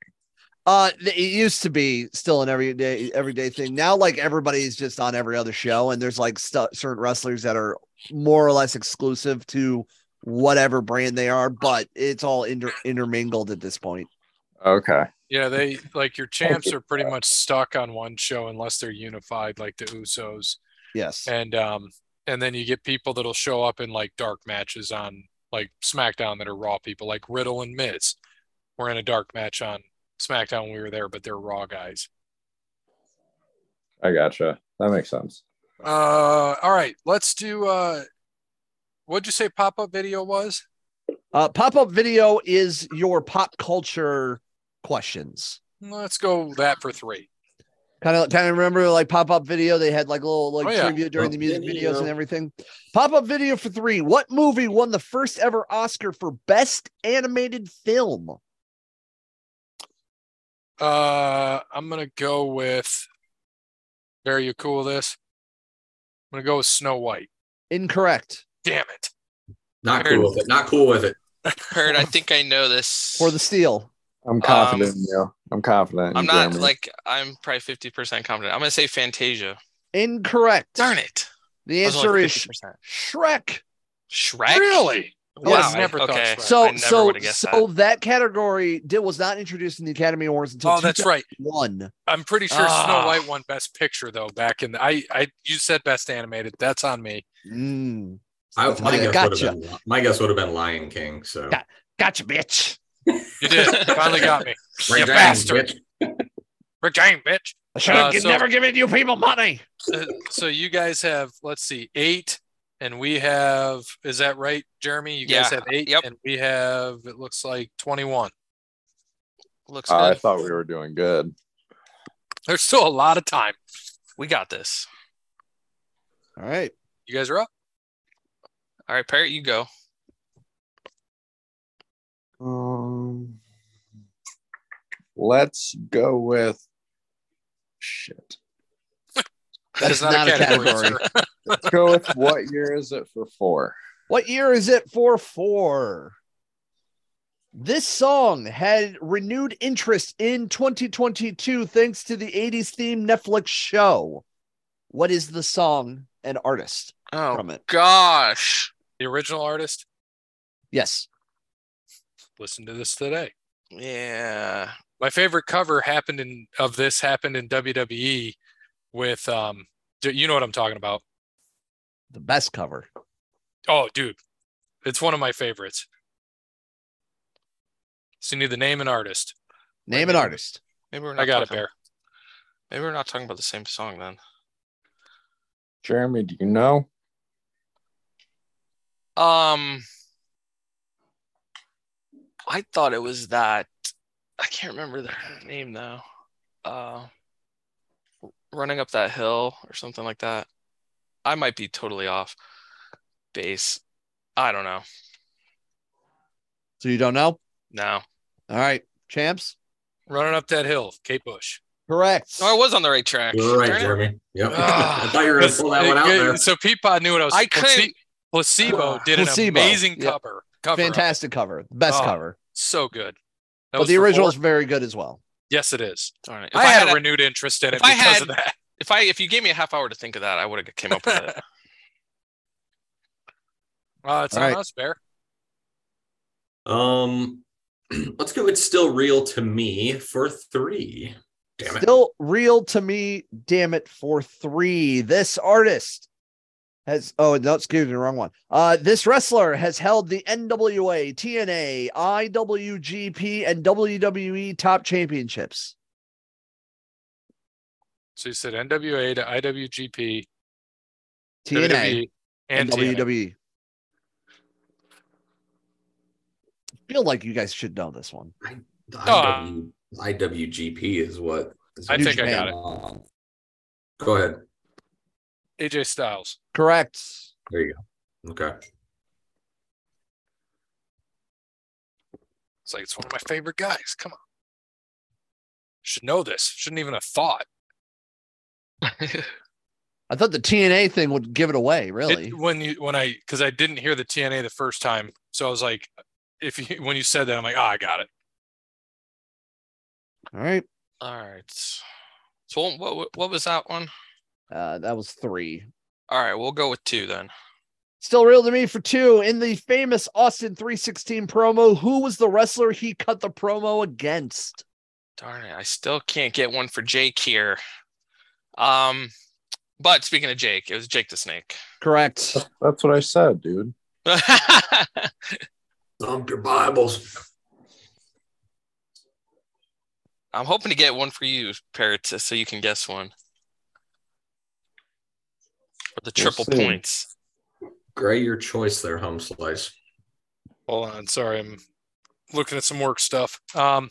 Speaker 7: uh, th- it used to be still an everyday everyday thing. Now, like everybody's just on every other show, and there's like stu certain wrestlers that are more or less exclusive to whatever brand they are, but it's all inter- intermingled at this point.
Speaker 6: Okay.
Speaker 1: Yeah, they like your champs
Speaker 6: you.
Speaker 1: are pretty much stuck on one show unless they're unified, like the Usos,
Speaker 7: Yes,
Speaker 1: and um, and then you get people that'll show up in like dark matches on like SmackDown that are Raw people, like Riddle and Miz. We're in a dark match on SmackDown. when We were there, but they're Raw guys.
Speaker 6: I gotcha. That makes sense.
Speaker 1: Uh, all right, let's do. Uh, what'd you say pop up video was?
Speaker 7: uh, pop up video is your pop culture questions.
Speaker 1: Let's go that for three.
Speaker 7: Kind of, kind of remember like pop up video. They had like a little like
Speaker 1: Oh, yeah.
Speaker 7: trivia during the
Speaker 2: Pop-up
Speaker 7: music
Speaker 2: video.
Speaker 7: videos and everything. Pop up video for three. What movie won the first ever Oscar for best animated film?
Speaker 1: Uh, I'm gonna go with. Are you cool with this? I'm gonna go with Snow White.
Speaker 7: Incorrect.
Speaker 1: Damn it.
Speaker 2: not cool with it. Not cool with it.
Speaker 4: Parrot, I think I know this.
Speaker 7: For the steal.
Speaker 6: I'm confident in you. I'm confident. in
Speaker 4: Um, I'm
Speaker 6: you,
Speaker 4: not
Speaker 6: Jeremy.
Speaker 4: like I'm probably fifty percent confident. I'm gonna say Fantasia.
Speaker 7: Incorrect.
Speaker 4: Darn it.
Speaker 7: The
Speaker 4: I was only
Speaker 7: answer is
Speaker 4: 50%.
Speaker 7: Shrek.
Speaker 4: Shrek.
Speaker 1: Really?
Speaker 4: Wow.
Speaker 1: I Oh, never thought
Speaker 4: okay.
Speaker 1: Shrek.
Speaker 4: I
Speaker 7: So
Speaker 4: never
Speaker 7: so
Speaker 4: would've guessed
Speaker 7: so that. category did was not introduced in the Academy Awards until
Speaker 1: Oh, that's right.
Speaker 7: One.
Speaker 1: I'm pretty sure
Speaker 4: Ah.
Speaker 1: Snow White won Best Picture though. Back in the, I, I, you said Best Animated. That's on me.
Speaker 7: Mm.
Speaker 2: I,
Speaker 7: That's
Speaker 2: my,
Speaker 7: why I
Speaker 2: guess
Speaker 7: got
Speaker 2: would have been, my guess would have been Lion King. So
Speaker 7: Got- Gotcha, bitch.
Speaker 1: You did. Finally got me.
Speaker 2: Right
Speaker 1: you
Speaker 2: down,
Speaker 1: bastard.
Speaker 2: bitch.
Speaker 1: Regain, bitch.
Speaker 7: I should have
Speaker 1: Uh, so-
Speaker 7: never given you people money.
Speaker 1: Uh, so you guys have let's see eight, and we have is that right, Jeremy? You guys
Speaker 4: Yeah.
Speaker 1: have eight,
Speaker 4: Yep.
Speaker 1: and we have it looks like twenty-one.
Speaker 4: Looks
Speaker 6: Uh, I
Speaker 4: good.
Speaker 6: thought we were doing good.
Speaker 1: There's still a lot of time.
Speaker 4: We got this.
Speaker 7: All right.
Speaker 1: You guys are up.
Speaker 4: All right, Parrot, you go.
Speaker 6: Um, let's go with shit.
Speaker 1: That
Speaker 7: That's
Speaker 1: is not,
Speaker 7: not
Speaker 1: a
Speaker 7: a
Speaker 1: category.
Speaker 7: category.
Speaker 1: sir.
Speaker 6: Let's go with what year is it for four?
Speaker 7: What year is it for four? This song had renewed interest in 2022 thanks to the 80s themed Netflix show. What is the song and artist
Speaker 4: Oh
Speaker 7: from it?
Speaker 4: gosh.
Speaker 1: the original artist.
Speaker 7: Yes.
Speaker 1: Listen to this today.
Speaker 4: Yeah.
Speaker 1: My favorite cover happened in of this happened in WWE with um, d- you know what I'm talking about.
Speaker 7: The best cover.
Speaker 1: Oh, dude, it's one of my favorites. So you need the name and artist.
Speaker 7: Name
Speaker 4: Wait, wait,
Speaker 7: an artist.
Speaker 4: Maybe we're not
Speaker 1: I got it,
Speaker 4: talking-
Speaker 1: Bear.
Speaker 4: Maybe we're not talking about the same song then.
Speaker 6: Jeremy, do you know?
Speaker 4: Um I thought it was that I can't remember their name now. Uh running up that hill or something like that. I might be totally off base. I don't know.
Speaker 7: So you don't know?
Speaker 4: No.
Speaker 7: All right, champs.
Speaker 1: Running up that hill, Kate Bush.
Speaker 7: Correct.
Speaker 4: No, I was on the right track.
Speaker 2: You were right,
Speaker 4: Darn it.
Speaker 2: Jeremy. Yep.
Speaker 1: Ah,
Speaker 2: I thought you were going to
Speaker 1: That's-
Speaker 2: pull that one out
Speaker 1: good.
Speaker 2: there.
Speaker 1: So Peapod knew what I was.
Speaker 4: I
Speaker 1: Placi-
Speaker 4: couldn't.
Speaker 1: Placebo
Speaker 4: Ah.
Speaker 1: did an
Speaker 7: Placebo.
Speaker 1: amazing
Speaker 7: Yeah.
Speaker 1: cover. Cover up.
Speaker 7: Fantastic cover. Best
Speaker 1: Oh,
Speaker 7: cover.
Speaker 1: so good. That
Speaker 7: But
Speaker 1: was
Speaker 7: the
Speaker 1: for
Speaker 7: original is
Speaker 1: four?
Speaker 7: very good as well.
Speaker 1: Yes, it is.
Speaker 4: Darn it. If
Speaker 1: I, had, a
Speaker 4: a-
Speaker 1: renewed interest in it
Speaker 4: if I
Speaker 1: because
Speaker 4: had-
Speaker 1: of that.
Speaker 4: if I if you gave me a half hour to think of that, I would have came up with it.
Speaker 1: Uh, it's
Speaker 7: All
Speaker 1: on
Speaker 7: right.
Speaker 1: us, Bear.
Speaker 2: Um, let's go. It's still real to me for three. Damn it.
Speaker 7: Still real to me, damn it, for three. This artist has oh no, excuse me, wrong one. Uh this wrestler has held the NWA, TNA, IWGP, and WWE top championships.
Speaker 1: So you said NWA to IWGP,
Speaker 7: TNA
Speaker 1: WWE, E and
Speaker 7: E and E.
Speaker 1: TNA.
Speaker 7: WWE. I feel like you guys should know this one.
Speaker 2: The
Speaker 1: Ah.
Speaker 2: IW, IWGP is what. Is
Speaker 1: I
Speaker 2: what
Speaker 1: think I got
Speaker 2: got it. Go ahead.
Speaker 1: AJ Styles.
Speaker 7: Correct.
Speaker 2: Okay.
Speaker 1: It's like it's one of my favorite guys. Come on. Should know this. Shouldn't even have thought.
Speaker 7: I thought the TNA thing would give it away, really.
Speaker 1: It, when you when I because I didn't hear the TNA the first time, so I was like, if you when you said that, I'm like, ah, I got it.
Speaker 7: All right.
Speaker 4: All right. So what- what what was that one?
Speaker 7: Uh, that was three.
Speaker 4: All right, we'll go with two then.
Speaker 7: Still real to me for two. In the famous Austin 316 promo, who was the wrestler he cut the promo against?
Speaker 4: Darn it, I still can't get one for Jake here. Um, but speaking of Jake, it was Jake the Snake.
Speaker 7: Correct.
Speaker 6: That's what I said, dude.
Speaker 2: Thump your Bibles.
Speaker 4: I'm hoping to get one for you, Parrot, so you can guess one. For the
Speaker 6: We'll
Speaker 4: triple
Speaker 6: see.
Speaker 4: points.
Speaker 2: Gray, your choice there, home slice.
Speaker 1: Hold on, sorry, I'm looking at some work stuff. Um,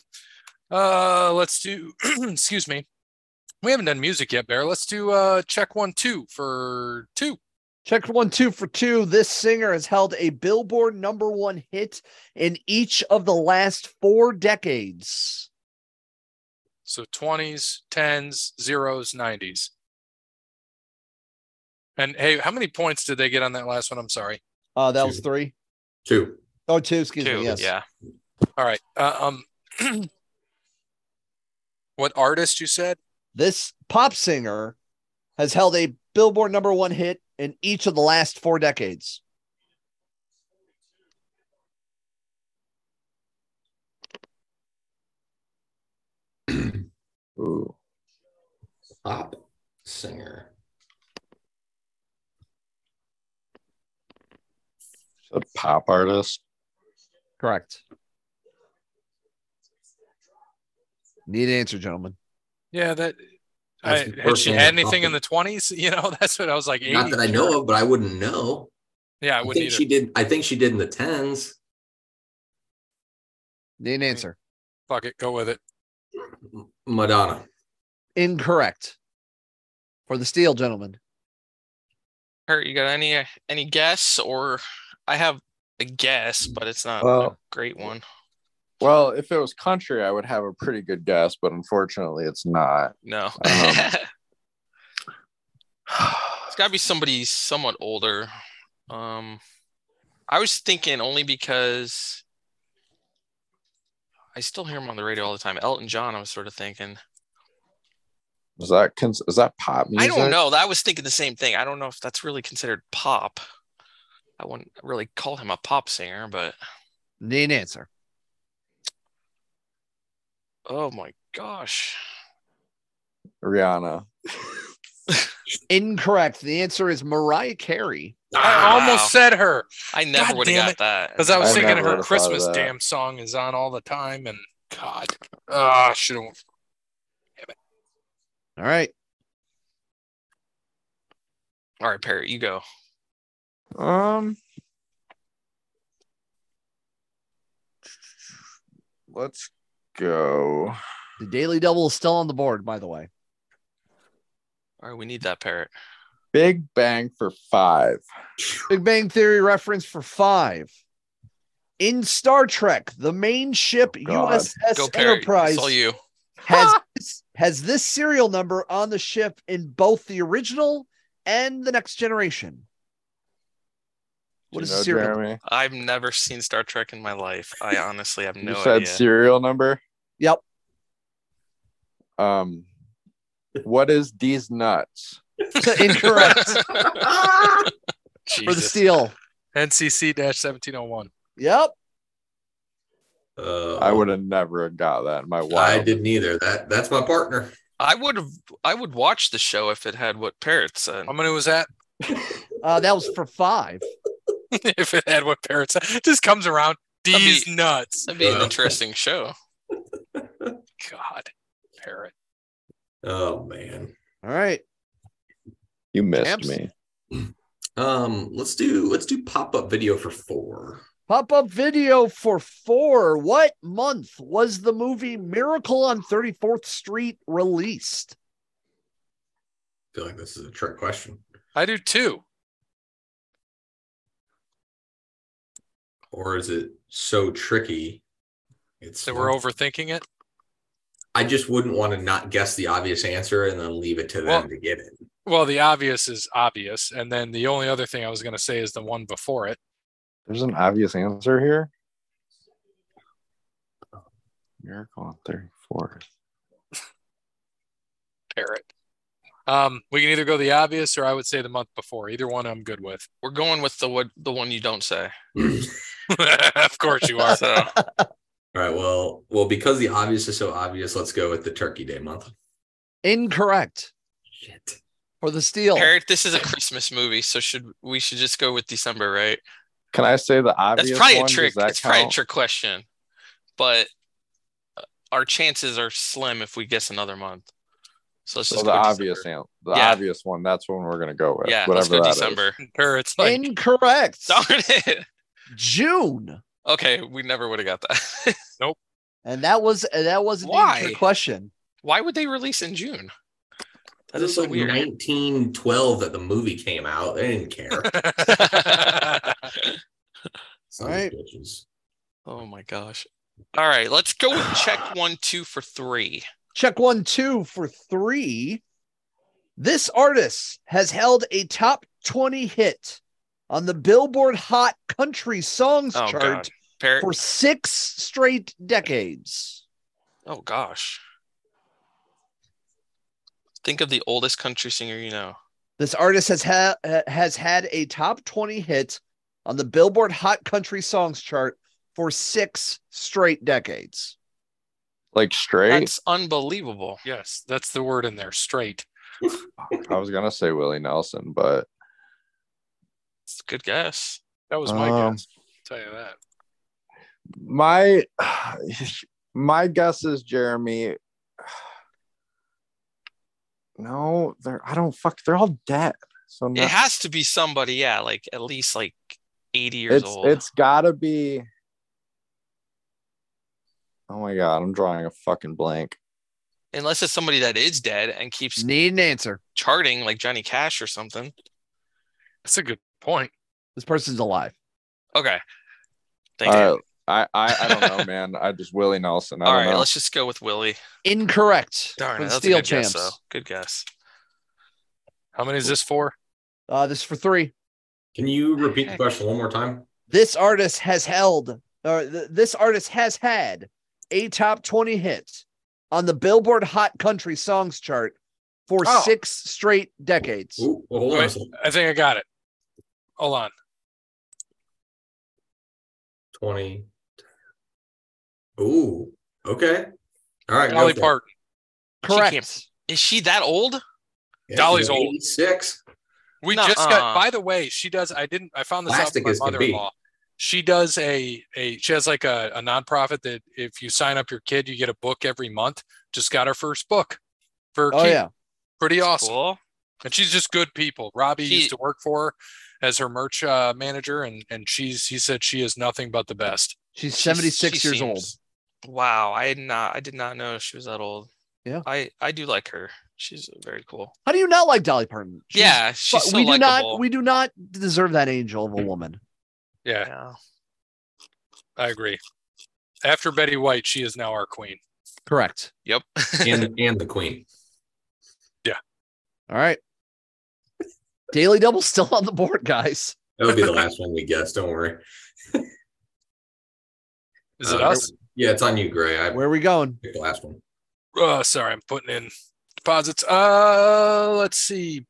Speaker 1: uh, let's do. excuse me, we haven't done music yet, Bear. Let's do uh, check one two for two.
Speaker 7: Check one, two for two. This singer has held a Billboard number one hit in each of the last four decades.
Speaker 1: So twenties, tens, zeros, nineties. And hey, how many points did they get on that last one? I'm sorry.
Speaker 7: Uh, that
Speaker 2: Two.
Speaker 7: was three.
Speaker 2: Two.
Speaker 7: Oh, two, excuse
Speaker 4: Two,
Speaker 7: me. Yes.
Speaker 4: yeah.
Speaker 1: All right. Uh, um, what artist you said?
Speaker 7: This pop singer has held a Billboard number one hit in each of the last four decades?
Speaker 6: Ooh.
Speaker 2: Pop singer.
Speaker 6: A pop artist.
Speaker 7: Correct. Need an answer, gentlemen.
Speaker 1: Yeah, that. I,
Speaker 2: That's the
Speaker 1: had
Speaker 2: first
Speaker 1: she
Speaker 2: thing
Speaker 1: had
Speaker 2: that popped
Speaker 1: anything in
Speaker 2: in.
Speaker 1: the 20s? You know, that's what I was like. 80,
Speaker 2: Not that I know of, but I wouldn't know.
Speaker 1: Yeah, I
Speaker 2: I
Speaker 1: wouldn't
Speaker 2: think
Speaker 1: either.
Speaker 2: she did. I think she did in the tens.
Speaker 7: Need an answer.
Speaker 1: Fuck it. Go with it.
Speaker 2: Madonna.
Speaker 7: Incorrect. For the steel, gentlemen.
Speaker 4: Kurt, you got any any guess or I have a guess, but it's not a
Speaker 6: Well-
Speaker 4: great one.
Speaker 6: Well, if it was country, I would have a pretty good guess, but unfortunately, it's not.
Speaker 4: No.
Speaker 6: Um,
Speaker 4: It's got to be somebody somewhat older. Um, I was thinking only because I still hear him on the radio all the time. Elton John, I was sort of thinking.
Speaker 6: Is that cons- is that pop
Speaker 4: I
Speaker 6: music?
Speaker 4: don't know. I was thinking the same thing. I don't know if that's really considered pop. I wouldn't really call him a pop singer, but
Speaker 7: Need an answer.
Speaker 4: oh my gosh.
Speaker 6: Rihanna.
Speaker 7: Incorrect. The answer is Mariah Carey.
Speaker 1: I
Speaker 4: Ah, wow.
Speaker 1: almost said her
Speaker 4: I never
Speaker 1: God
Speaker 4: would have
Speaker 1: damn
Speaker 4: got
Speaker 1: it.
Speaker 4: that.
Speaker 1: because I was
Speaker 6: I
Speaker 1: thinking her
Speaker 6: never would've thought of
Speaker 1: Christmas
Speaker 6: that.
Speaker 1: damn song is on all the time. And God, ah, should have.
Speaker 7: All right.
Speaker 4: All right, Parrot, you go.
Speaker 6: Um, let's go.
Speaker 7: The Daily Double is still on the board, by the way.
Speaker 4: All right, we need that parrot.
Speaker 6: Big Bang for five.
Speaker 7: Big Bang Theory reference for five. In Star Trek, the main ship
Speaker 6: Oh, God.
Speaker 7: USS
Speaker 4: Go Parrot.
Speaker 7: Enterprise
Speaker 4: It's all you.
Speaker 7: has this, has this serial number on the ship in both the original and the next generation.
Speaker 6: Do
Speaker 7: What
Speaker 6: you
Speaker 7: is the
Speaker 6: know,
Speaker 7: serial? number?
Speaker 6: Jeremy?
Speaker 4: I've never seen Star Trek in my life. I honestly have no
Speaker 6: you said
Speaker 4: idea.
Speaker 6: serial number.
Speaker 7: Yep.
Speaker 6: Um, what is these nuts?
Speaker 7: Incorrect for the
Speaker 4: Jesus.
Speaker 7: steel.
Speaker 1: NCC 1701.
Speaker 7: Yep.
Speaker 2: Uh,
Speaker 6: I would have never got that in my
Speaker 2: I
Speaker 6: wildest
Speaker 2: didn't either. That that's my partner.
Speaker 4: I would have I would watch the show if it had what Parrot said.
Speaker 1: How many was that?
Speaker 7: Uh, that was for five.
Speaker 1: if it had what parents it just comes around.
Speaker 4: That'd be-
Speaker 1: These nuts.
Speaker 4: That'd be an
Speaker 2: Yeah.
Speaker 4: interesting show.
Speaker 1: God, parrot.
Speaker 2: Oh man.
Speaker 7: All right.
Speaker 6: You missed
Speaker 7: Champs?
Speaker 6: me.
Speaker 2: Um, let's do let's do pop up video for four.
Speaker 7: Pop up video for four. What month was the movie Miracle on 34th Street released?
Speaker 2: I feel like this is a trick question,
Speaker 1: I do too.
Speaker 2: or is it so tricky? It's
Speaker 1: So we're
Speaker 2: not-
Speaker 1: overthinking it.
Speaker 2: I just wouldn't want to not guess the obvious answer and then leave it to them
Speaker 1: Well-
Speaker 2: to get it.
Speaker 1: Well, the obvious is obvious. And then the only other thing I was going to say is the one before it.
Speaker 6: There's an obvious answer here. Miracle on 34th.
Speaker 1: Parrot. Um, we can either go the obvious or I would say the month before. Either one I'm good with.
Speaker 4: We're going with the what the one you don't say.
Speaker 1: of course you are.
Speaker 4: So
Speaker 2: All right. Well, well, because the obvious is so obvious, let's go with the Turkey Day month.
Speaker 7: Incorrect
Speaker 2: Shit.
Speaker 7: for the steal.
Speaker 4: Parrot, this is a Christmas movie, so should we should just go with December, right?
Speaker 6: Can I say the
Speaker 4: That's
Speaker 6: obvious
Speaker 4: probably
Speaker 6: one?
Speaker 4: a trick.
Speaker 6: Does that
Speaker 4: It's probably a
Speaker 6: count?
Speaker 4: trick question, but uh, our chances are slim if we guess another month. So let's
Speaker 6: So
Speaker 4: just
Speaker 6: the
Speaker 4: go
Speaker 6: obvious
Speaker 4: December.
Speaker 6: answer, the
Speaker 4: Yeah.
Speaker 6: obvious one, that's one we're gonna go with.
Speaker 4: Yeah, let's
Speaker 6: whatever
Speaker 4: go
Speaker 6: that is.
Speaker 4: December.
Speaker 1: Parrot's like,
Speaker 7: Incorrect.
Speaker 4: Darn it.
Speaker 7: June.
Speaker 4: Okay, we never would have got that.
Speaker 7: And that was uh, that was an
Speaker 4: Why?
Speaker 7: answer question.
Speaker 4: Why would they release in June? That
Speaker 2: This
Speaker 4: is
Speaker 2: is
Speaker 4: so
Speaker 2: like
Speaker 4: weird.
Speaker 2: 1912 that the movie came out. They didn't care. All
Speaker 7: right.
Speaker 4: Oh my gosh. All right, let's go with check one, two for three.
Speaker 7: Check one, two for three. This artist has held a top 20 hit on the Billboard Hot Country Songs
Speaker 4: Oh
Speaker 7: chart
Speaker 4: god. Parrot.
Speaker 7: for six straight decades.
Speaker 4: Oh gosh. Think of the oldest country singer you know.
Speaker 7: This artist has had has had a top 20 hit on the Billboard Hot Country Songs chart for 6 straight decades.
Speaker 6: Like straight.
Speaker 4: That's unbelievable.
Speaker 1: Yes, that's the word in there. Straight.
Speaker 6: I was gonna say Willie Nelson, but
Speaker 4: It's a good guess.
Speaker 1: That was my
Speaker 6: Um,
Speaker 1: guess. I'll tell you that.
Speaker 6: my my guess is Jeremy. No, they're I don't fuck. They're all dead. So no,
Speaker 4: It has to be somebody, yeah, like at least like 80 years
Speaker 6: it's
Speaker 4: old.
Speaker 6: it's gotta be. Oh my god, I'm drawing a fucking blank.
Speaker 4: Unless it's somebody that is dead and
Speaker 6: Mm.
Speaker 4: keeps
Speaker 7: Need an answer.
Speaker 4: charting like Johnny Cash or something.
Speaker 1: That's a good point.
Speaker 7: This person's alive.
Speaker 4: Okay. Thank you.
Speaker 6: Uh, I, I I don't know, man. I just Willie Nelson. I
Speaker 4: All
Speaker 6: don't
Speaker 4: right,
Speaker 6: know.
Speaker 4: let's just go with Willie.
Speaker 7: Incorrect.
Speaker 4: Darn
Speaker 7: for
Speaker 4: it,
Speaker 7: the
Speaker 4: that's a
Speaker 7: Steel
Speaker 4: good
Speaker 7: Champs.
Speaker 4: guess, though. Good guess.
Speaker 1: How many is this for?
Speaker 7: Uh, this is for 3.
Speaker 2: Can you repeat the question one more time?
Speaker 7: this artist has held or th- this artist has had a top 20 hit on the Billboard Hot Country Songs chart for
Speaker 1: Oh.
Speaker 7: 6 straight decades.
Speaker 2: Ooh, well, hold on a
Speaker 1: Wait.
Speaker 2: second.
Speaker 1: I think I got it. Hold on.
Speaker 2: 20. Ooh, okay. All right. go
Speaker 1: Dolly
Speaker 2: for it.
Speaker 1: Parton.
Speaker 4: She
Speaker 7: Correct.
Speaker 4: can't- Is she that old?
Speaker 2: Yeah,
Speaker 1: Dolly's
Speaker 2: she's
Speaker 1: old.
Speaker 2: 86.
Speaker 1: We
Speaker 4: Nuh-uh.
Speaker 1: just got. By the way, she does. I didn't. I found this
Speaker 2: Plastic
Speaker 1: out
Speaker 2: as
Speaker 1: from
Speaker 2: can
Speaker 1: my
Speaker 2: be.
Speaker 1: mother-in-law. She does a a. She has like a a nonprofit that if you sign up your kid, you get a book every month. Just got her first book. For her
Speaker 7: Oh
Speaker 1: kid.
Speaker 7: yeah.
Speaker 1: pretty
Speaker 4: That's
Speaker 1: awesome.
Speaker 4: cool.
Speaker 1: And she's just good people. Robbie
Speaker 4: She-
Speaker 1: used to work for her as her merch uh, manager, and and she's he said she is nothing but the best.
Speaker 7: She's
Speaker 4: She's-
Speaker 7: 76
Speaker 4: she
Speaker 7: years old.
Speaker 4: seems- Wow, I had not I did not know she was that old.
Speaker 7: Yeah.
Speaker 4: I I do like her. She's very cool.
Speaker 7: How do you not like Dolly Parton? She's-
Speaker 4: yeah,
Speaker 7: but
Speaker 4: she's so
Speaker 7: we do
Speaker 4: likable. Mm.
Speaker 7: not we do not deserve that angel of a woman.
Speaker 1: Yeah,
Speaker 4: yeah.
Speaker 1: I agree. After Betty White, she is now our queen.
Speaker 7: Correct.
Speaker 4: Yep.
Speaker 2: And, and the queen.
Speaker 7: All right. Daily Double still on the board, guys.
Speaker 2: That'll be the last one we guess. Don't worry.
Speaker 1: Is it
Speaker 2: Uh,
Speaker 1: us?
Speaker 2: Yeah, it's on you, Gray. I
Speaker 7: Where are we going?
Speaker 2: picked the last one.
Speaker 1: Uh, sorry, I'm putting in deposits. Uh, let's see.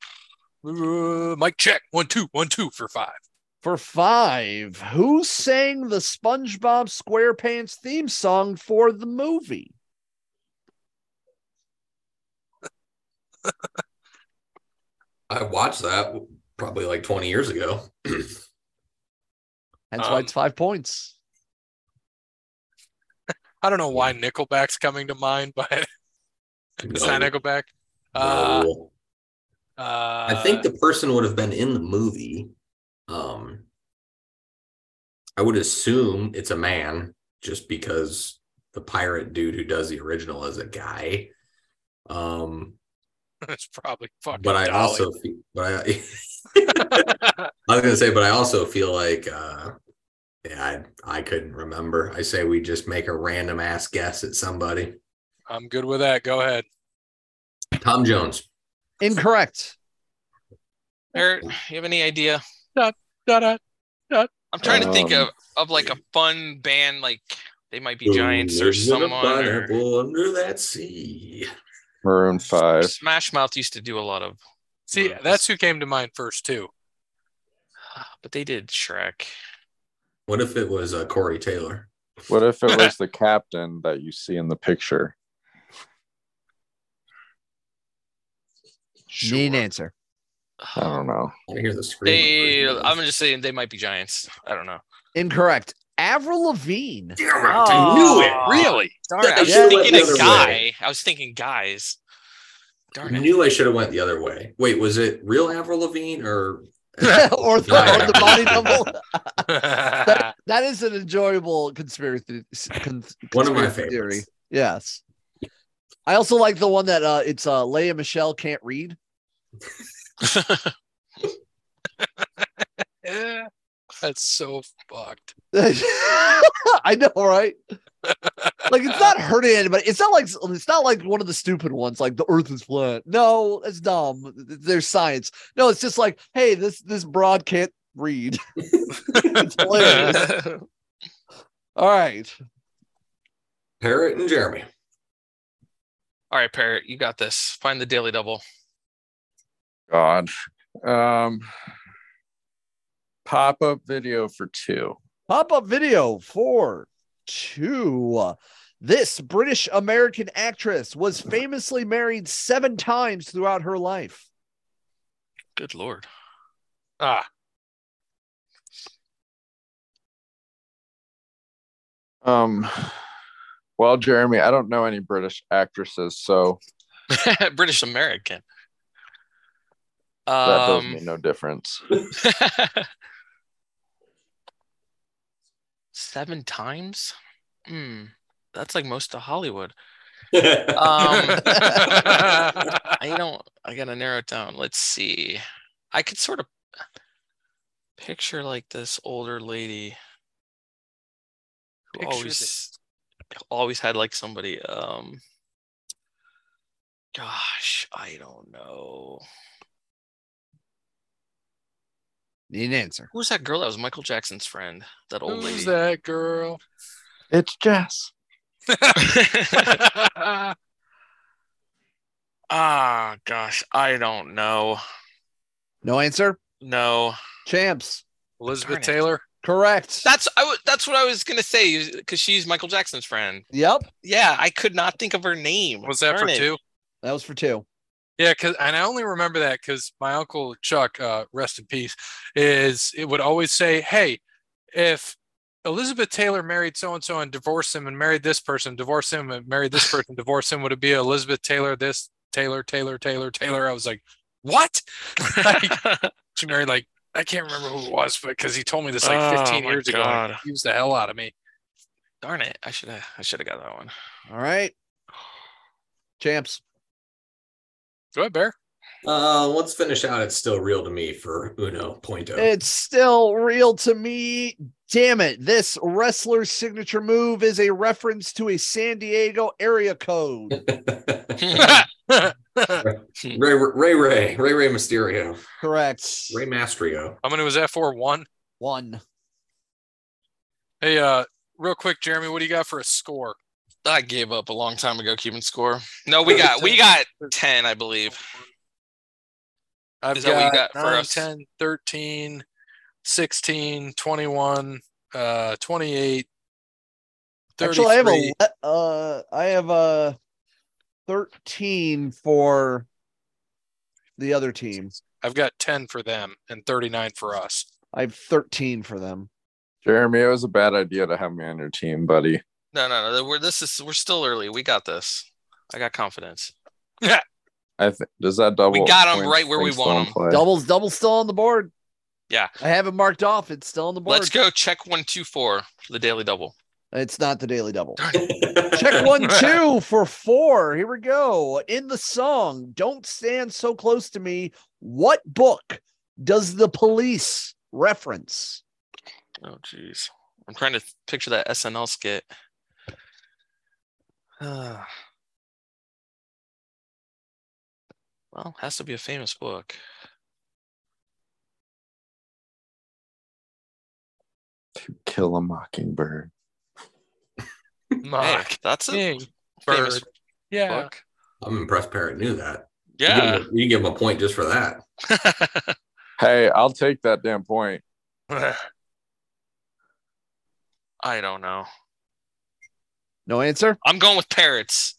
Speaker 1: Uh, Mike, check one, two, one, two for five.
Speaker 7: For five, who sang the SpongeBob SquarePants theme song for the movie?
Speaker 2: I watched that probably like 20 years ago.
Speaker 7: Hence why
Speaker 4: Um,
Speaker 7: it's five points.
Speaker 1: I don't know why Nickelback's coming to mind, but it's not Nickelback. Uh,
Speaker 2: No.
Speaker 1: uh,
Speaker 2: I think the person would have been in the movie. Um, I would assume it's a man just because the pirate dude who does the original is a guy. Um,
Speaker 1: uh, it's probably fucking.
Speaker 2: but I
Speaker 1: Dolly.
Speaker 2: also, fe- but I, I was gonna say, but I also feel like, uh, yeah, I, I couldn't remember. I say we just make a random ass guess at somebody.
Speaker 1: I'm good with that. Go ahead.
Speaker 2: Tom Jones.
Speaker 7: Incorrect.
Speaker 4: Eric, Er, you have any idea?
Speaker 1: Da-da.
Speaker 4: I'm trying to think
Speaker 6: Um,
Speaker 4: of of like a fun band like they might be Giants or
Speaker 2: There's a
Speaker 4: someone. or-
Speaker 2: pineapple under that sea.
Speaker 6: Maroon Five.
Speaker 4: Smash Mouth used to do a lot of
Speaker 1: See, that's who came to mind first too.
Speaker 4: but they did Shrek.
Speaker 2: What if it was uh, Corey Taylor?
Speaker 6: What if it was the captain that you see in the picture?
Speaker 7: Need an
Speaker 4: Sure.
Speaker 7: answer.
Speaker 6: I don't know.
Speaker 2: I hear the scream.
Speaker 4: They I'm just saying they might be Giants. I don't know.
Speaker 7: Incorrect. Avril Lavigne.
Speaker 2: Damn it, I knew it.
Speaker 4: Aw.
Speaker 1: Really?
Speaker 4: Darn it. I was
Speaker 7: Yeah,
Speaker 4: thinking
Speaker 2: that's the
Speaker 4: a
Speaker 2: other
Speaker 4: guy.
Speaker 2: way.
Speaker 4: I was thinking guys. Darn
Speaker 2: I
Speaker 4: it.
Speaker 2: knew I should have went the other way. Wait, was it real Avril Lavigne or
Speaker 7: or the, or the body double.
Speaker 1: I
Speaker 7: That is an enjoyable conspiracy. Con,
Speaker 2: One of my
Speaker 7: conspiracy theory.
Speaker 2: favorites.
Speaker 7: Yes. I also like the one that uh, it's uh, Leia Michelle can't read.
Speaker 1: Yeah. That's so fucked.
Speaker 7: I know, right? Like it's not hurting anybody. It's not like it's not like one of the stupid ones, like the Earth is flat. No, that's dumb. There's science. No, it's just like, hey, this this broad can't read. it's hilarious. All right,
Speaker 2: Parrot and Jeremy?
Speaker 4: All right, Parrot, you got this. Find the daily double.
Speaker 6: God. Um, pop up video for two.
Speaker 7: Pop up video for two. This British American actress was famously married seven times throughout her life.
Speaker 4: Good lord.
Speaker 1: Ah,
Speaker 6: Um, well, Jeremy, I don't know any British actresses, so
Speaker 4: British American.
Speaker 6: that does
Speaker 4: Um,
Speaker 6: make no difference.
Speaker 4: seven times? Hmm. That's like most of Hollywood. Um,
Speaker 1: um,
Speaker 4: I don't. I gotta narrow it down. Let's see. I could sort of picture like this older lady who
Speaker 1: Picture
Speaker 4: always always had like somebody. Um, gosh, I don't know.
Speaker 7: Need an answer.
Speaker 4: Who's that girl that was Michael Jackson's friend? That old
Speaker 1: who's
Speaker 4: lady.
Speaker 1: that girl?
Speaker 6: It's Jess.
Speaker 4: ah, gosh, I don't know.
Speaker 7: No answer?
Speaker 4: No,
Speaker 7: Champs.
Speaker 1: Elizabeth
Speaker 4: Darn it.
Speaker 1: Taylor.
Speaker 7: Correct.
Speaker 4: that's I. W- that's what I was gonna say because she's Michael Jackson's friend.
Speaker 7: Yep.
Speaker 4: Yeah, I could not think of her name.
Speaker 1: Was that for
Speaker 4: Darn it.
Speaker 1: two?
Speaker 7: That was for two.
Speaker 1: Yeah, cause and I only remember that because my uncle Chuck, uh, rest in peace, is it would always say, "Hey, if Elizabeth Taylor married so and so and divorced him and married this person, divorced him and married this person, divorced him, would it be Elizabeth Taylor this Taylor Taylor Taylor Taylor?" I was like, "What?" like, she married like I can't remember who it was, but because he told me this like
Speaker 4: Oh,
Speaker 1: 15
Speaker 4: my
Speaker 1: years ago, and it
Speaker 4: God.
Speaker 1: confused the hell out of me.
Speaker 4: Darn it! I should have. I should have got that one.
Speaker 7: All right. Champs.
Speaker 1: Go ahead, Bear.
Speaker 2: Uh, let's finish out. It's still real to me for Uno Point oh.
Speaker 7: It's still real to me. Damn it. This wrestler's signature move is a reference to a San Diego area code.
Speaker 2: Ray, Ray Ray Ray Ray Mysterio
Speaker 7: Correct.
Speaker 2: Ray Mastrio.
Speaker 1: How many was that for? One.
Speaker 7: One.
Speaker 1: Hey, uh, real quick, Jeremy, what do you got for a score?
Speaker 4: I gave up a long time ago. Keeping score. No, we got we got ten, I believe.
Speaker 1: I've
Speaker 4: Is that
Speaker 1: got,
Speaker 4: what you got for
Speaker 1: 9,
Speaker 4: us?
Speaker 1: 10, 13, 16, 21, uh, 28,
Speaker 7: Actually, I have a
Speaker 1: 33.
Speaker 7: le- uh, I have a thirteen for the other team.
Speaker 1: I've got 10 for them and 39 for us.
Speaker 7: I have thirteen for them.
Speaker 6: Jeremy, it was a bad idea to have me on your team, buddy.
Speaker 4: No, no, no. We're this is we're still early. We got this. I got confidence.
Speaker 6: I think does that double?
Speaker 4: got 'em
Speaker 6: points
Speaker 4: right where we
Speaker 6: things
Speaker 4: want
Speaker 6: still in play?
Speaker 7: Doubles, doubles still on the board.
Speaker 4: Yeah.
Speaker 7: I have it marked off. It's still on the board.
Speaker 4: Let's go. Check one, two, four. The daily double.
Speaker 7: It's not the daily double. Check one, two for four. Here we go. In the song, Don't Stand So Close to Me, what book does the police reference?
Speaker 4: Oh, jeez. I'm trying to picture that SNL skit. Ah. well, has to be a famous book.
Speaker 6: Kill a Mockingbird.
Speaker 1: Mock.
Speaker 4: Hey, that's a
Speaker 1: Ding.
Speaker 4: famous
Speaker 1: Bird. Yeah.
Speaker 4: book.
Speaker 2: I'm impressed. Parrot knew that. You can
Speaker 4: Yeah.
Speaker 2: give him a- you can give him a point just for that.
Speaker 6: Hey, I'll take that damn point.
Speaker 4: I don't know.
Speaker 7: No answer?
Speaker 4: I'm going with parrots.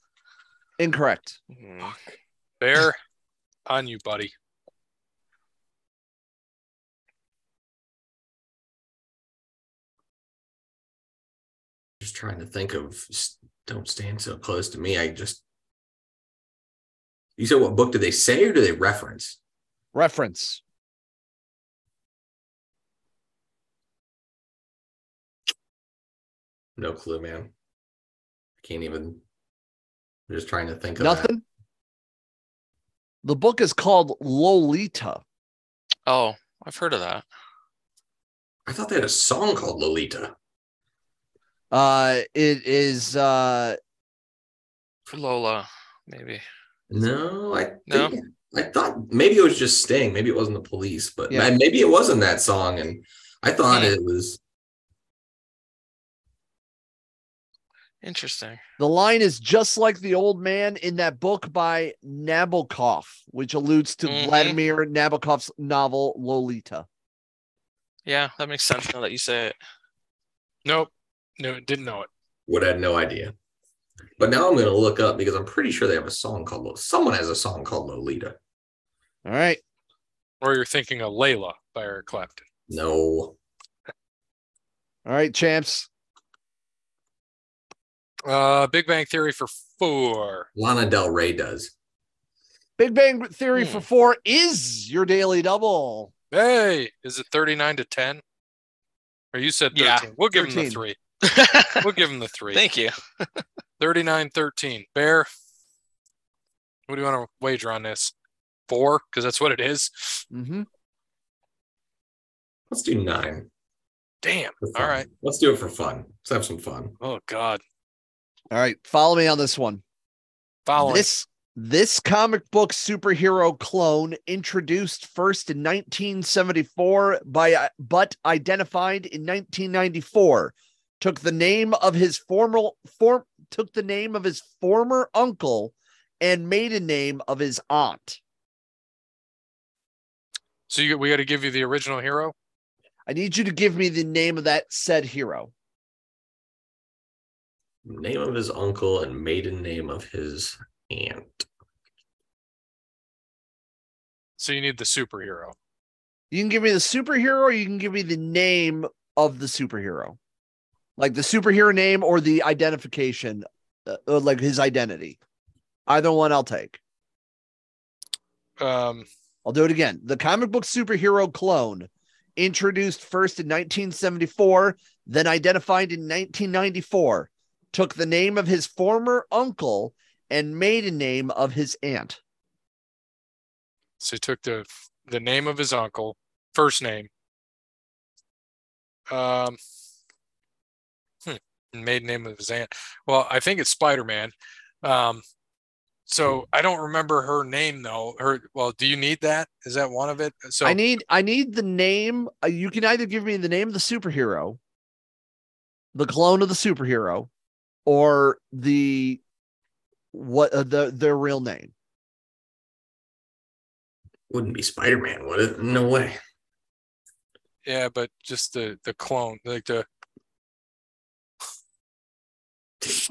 Speaker 7: Incorrect.
Speaker 4: Mm.
Speaker 1: Bear, on you, buddy.
Speaker 2: Just trying to think of. s- Don't stand so close to me. I just. You said what book do they say or do they reference?
Speaker 7: Reference.
Speaker 2: No clue, man. I can't even. I'm just trying to think of
Speaker 7: Nothing. The book is called Lolita.
Speaker 4: Oh, I've heard of
Speaker 2: That.
Speaker 4: that.
Speaker 2: I thought they had a song called Lolita.
Speaker 7: Uh, it is uh,
Speaker 4: For Lola, maybe.
Speaker 2: No, I
Speaker 4: No?
Speaker 2: think, I thought maybe it was just Sting. Maybe it wasn't the police, but
Speaker 7: Yeah.
Speaker 2: ma- maybe it wasn't that song. And I thought
Speaker 4: Hmm.
Speaker 2: it was
Speaker 4: Interesting.
Speaker 7: The line is just like the old man in that book by Nabokov, which alludes to
Speaker 4: Mhm.
Speaker 7: Vladimir Nabokov's novel Lolita.
Speaker 4: Yeah, that makes sense now that you say it.
Speaker 1: Nope. No, didn't know it.
Speaker 2: Would have no idea. But now I'm going to look up because I'm pretty sure they have a song called Lo- someone has a song called Lolita.
Speaker 7: All right.
Speaker 1: Or you're thinking of Layla by Eric Clapton.
Speaker 2: No,
Speaker 7: All right, champs.
Speaker 1: Uh, Big Bang Theory for four.
Speaker 2: Lana Del Rey does.
Speaker 7: Big Bang Theory
Speaker 4: Hmm.
Speaker 7: for four is your daily double.
Speaker 1: Hey, is it 39 to 10? Or you said 13.
Speaker 4: Yeah,
Speaker 1: we'll give him the
Speaker 7: 13.
Speaker 1: three. We'll give him the three.
Speaker 4: Thank you.
Speaker 1: 39 13. Bear, what do you want to wager on this? Four? Because that's what it is.
Speaker 7: Mhm.
Speaker 2: Let's do nine.
Speaker 1: Damn.
Speaker 2: for fun.
Speaker 1: All right.
Speaker 2: Let's do it for fun. Let's have some fun.
Speaker 1: Oh, God.
Speaker 7: All right. Follow me on this one.
Speaker 1: Following.
Speaker 7: This this comic book superhero clone introduced first in 1974 by but identified in 1994 took the name of his former form took the name of his former uncle and maiden name of his aunt.
Speaker 1: So you, we got to give you the original hero.
Speaker 7: I need you to give me the name of that said hero.
Speaker 2: Name of his uncle and maiden name of his aunt.
Speaker 1: So you need the superhero.
Speaker 7: You can give me the superhero or you can give me the name of the superhero. Like the superhero name or the identification, uh, uh, like his identity. Either one I'll take.
Speaker 1: Um,
Speaker 7: I'll do it again. The comic book superhero clone, introduced first in 1974, then identified in 1994, took the name of his former uncle and maiden name of his aunt.
Speaker 1: so he took the the name of his uncle, first name. Um, hmm, maiden name of his aunt. Well, I think it's Spider Man. Um, so I don't remember her name though. Her well, do you need that? Is that one of it? So
Speaker 7: I need I need the name. uh, You can either give me the name of the superhero, the clone of the superhero, or the what uh, the their real name.
Speaker 2: Wouldn't be Spider Man, would it? No way.
Speaker 1: yeah, but just the the clone, like the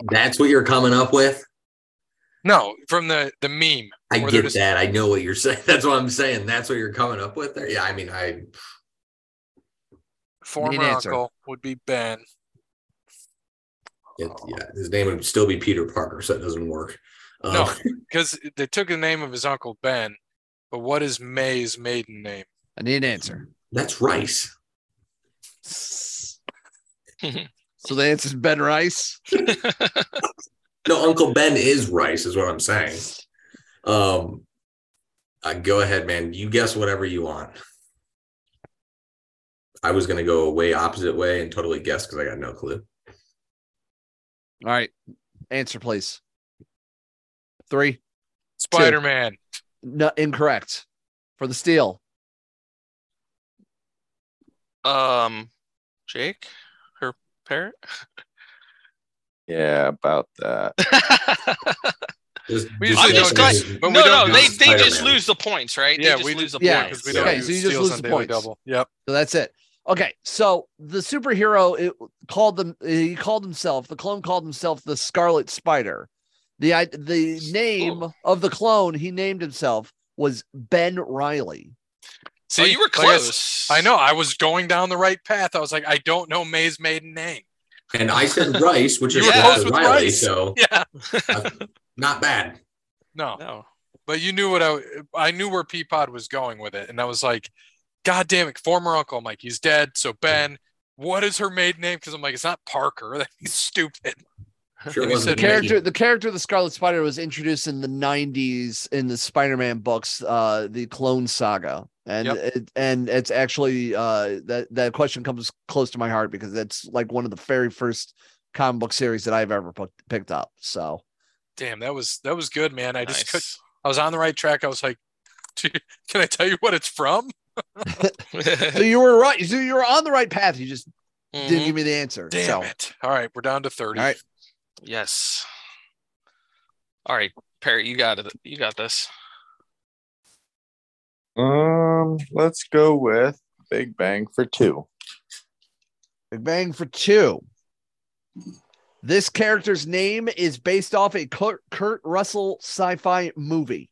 Speaker 2: That's what you're coming up with.
Speaker 1: no from the the meme.
Speaker 2: I
Speaker 1: Or they're
Speaker 2: get
Speaker 1: just-
Speaker 2: that. I know what you're saying. That's what I'm saying. That's what you're coming up with there. Yeah, I mean, I
Speaker 1: Former
Speaker 7: answer.
Speaker 1: uncle would be Ben. Oh.
Speaker 2: it, yeah, his name would still be Peter Parker, so it doesn't work. Um,
Speaker 1: No, because they took the name of his uncle Ben, but what is May's maiden name?
Speaker 7: I need an answer.
Speaker 2: that's Rice.
Speaker 7: So the answer is Ben Rice.
Speaker 2: No, Uncle Ben is Rice, is what I'm saying. Um, uh, go ahead, man. You guess whatever you want. I was gonna go way opposite way and totally guess because I got no clue.
Speaker 7: All right, answer please. Three,
Speaker 1: Spider Man.
Speaker 7: no, incorrect. For the steal,
Speaker 4: um, Jake, her parent.
Speaker 6: Yeah, about that.
Speaker 2: Just-
Speaker 1: We
Speaker 2: just
Speaker 1: usually
Speaker 2: guess
Speaker 4: don't
Speaker 2: what
Speaker 4: guess,
Speaker 2: his-
Speaker 1: but we
Speaker 4: no,
Speaker 1: don't
Speaker 4: no,
Speaker 1: do
Speaker 4: they, they just
Speaker 2: Spider-Man.
Speaker 4: lose the points, right?
Speaker 1: Yeah,
Speaker 4: they just
Speaker 1: we
Speaker 4: lose the
Speaker 7: yeah,
Speaker 4: points.
Speaker 1: we don't
Speaker 7: Okay,
Speaker 1: do
Speaker 7: so you just
Speaker 1: steals
Speaker 7: lose
Speaker 1: on
Speaker 7: the
Speaker 1: Daily
Speaker 7: points.
Speaker 1: Double. Yep.
Speaker 7: so that's it. Okay, so the superhero it called them. He called himself. The clone called himself the Scarlet Spider. The i- the name of the clone he named himself was Ben Riley.
Speaker 4: So
Speaker 1: See,
Speaker 4: you were
Speaker 1: like I s-
Speaker 4: close.
Speaker 1: I know. I was going down the right path. I was like, I don't know May's maiden name.
Speaker 2: And I said Rice, which is
Speaker 4: You were
Speaker 2: close
Speaker 1: close
Speaker 2: to
Speaker 1: with
Speaker 2: Riley,
Speaker 1: Rice.
Speaker 2: so
Speaker 1: Yeah.
Speaker 2: not bad.
Speaker 1: No,
Speaker 4: No.
Speaker 1: but you knew what I. I knew where Peapod was going with it, and I was like, God damn it, former uncle. I'm like, he's dead. So Ben, what is her maiden name? Because I'm like, it's not Parker. That'd be stupid.
Speaker 2: Sure
Speaker 1: You
Speaker 2: wasn't
Speaker 1: said
Speaker 2: Mickey.
Speaker 7: character the character of the scarlet spider was introduced in the 90s in the spider-man books uh the clone saga and
Speaker 1: Yep.
Speaker 7: it, and it's actually uh that that question comes close to my heart because that's like one of the very first comic book series that i've ever put, picked up so
Speaker 1: Damn, that was that was good, man. I just could,
Speaker 4: Nice.
Speaker 1: I was on the right track. I was like, "Dude, can I tell you what it's from?
Speaker 7: so you were right so you were on the right path you just
Speaker 4: Mhm.
Speaker 7: didn't give me the answer
Speaker 1: Mm-hmm. Damn
Speaker 7: so
Speaker 1: it. All right, we're down to 30.
Speaker 7: All right.
Speaker 4: Yes. All right, Perry, you got it. You got this.
Speaker 6: Um, let's go with Big Bang for two.
Speaker 7: Big Bang for two. This character's name is based off a Kurt, Kurt Russell sci-fi movie.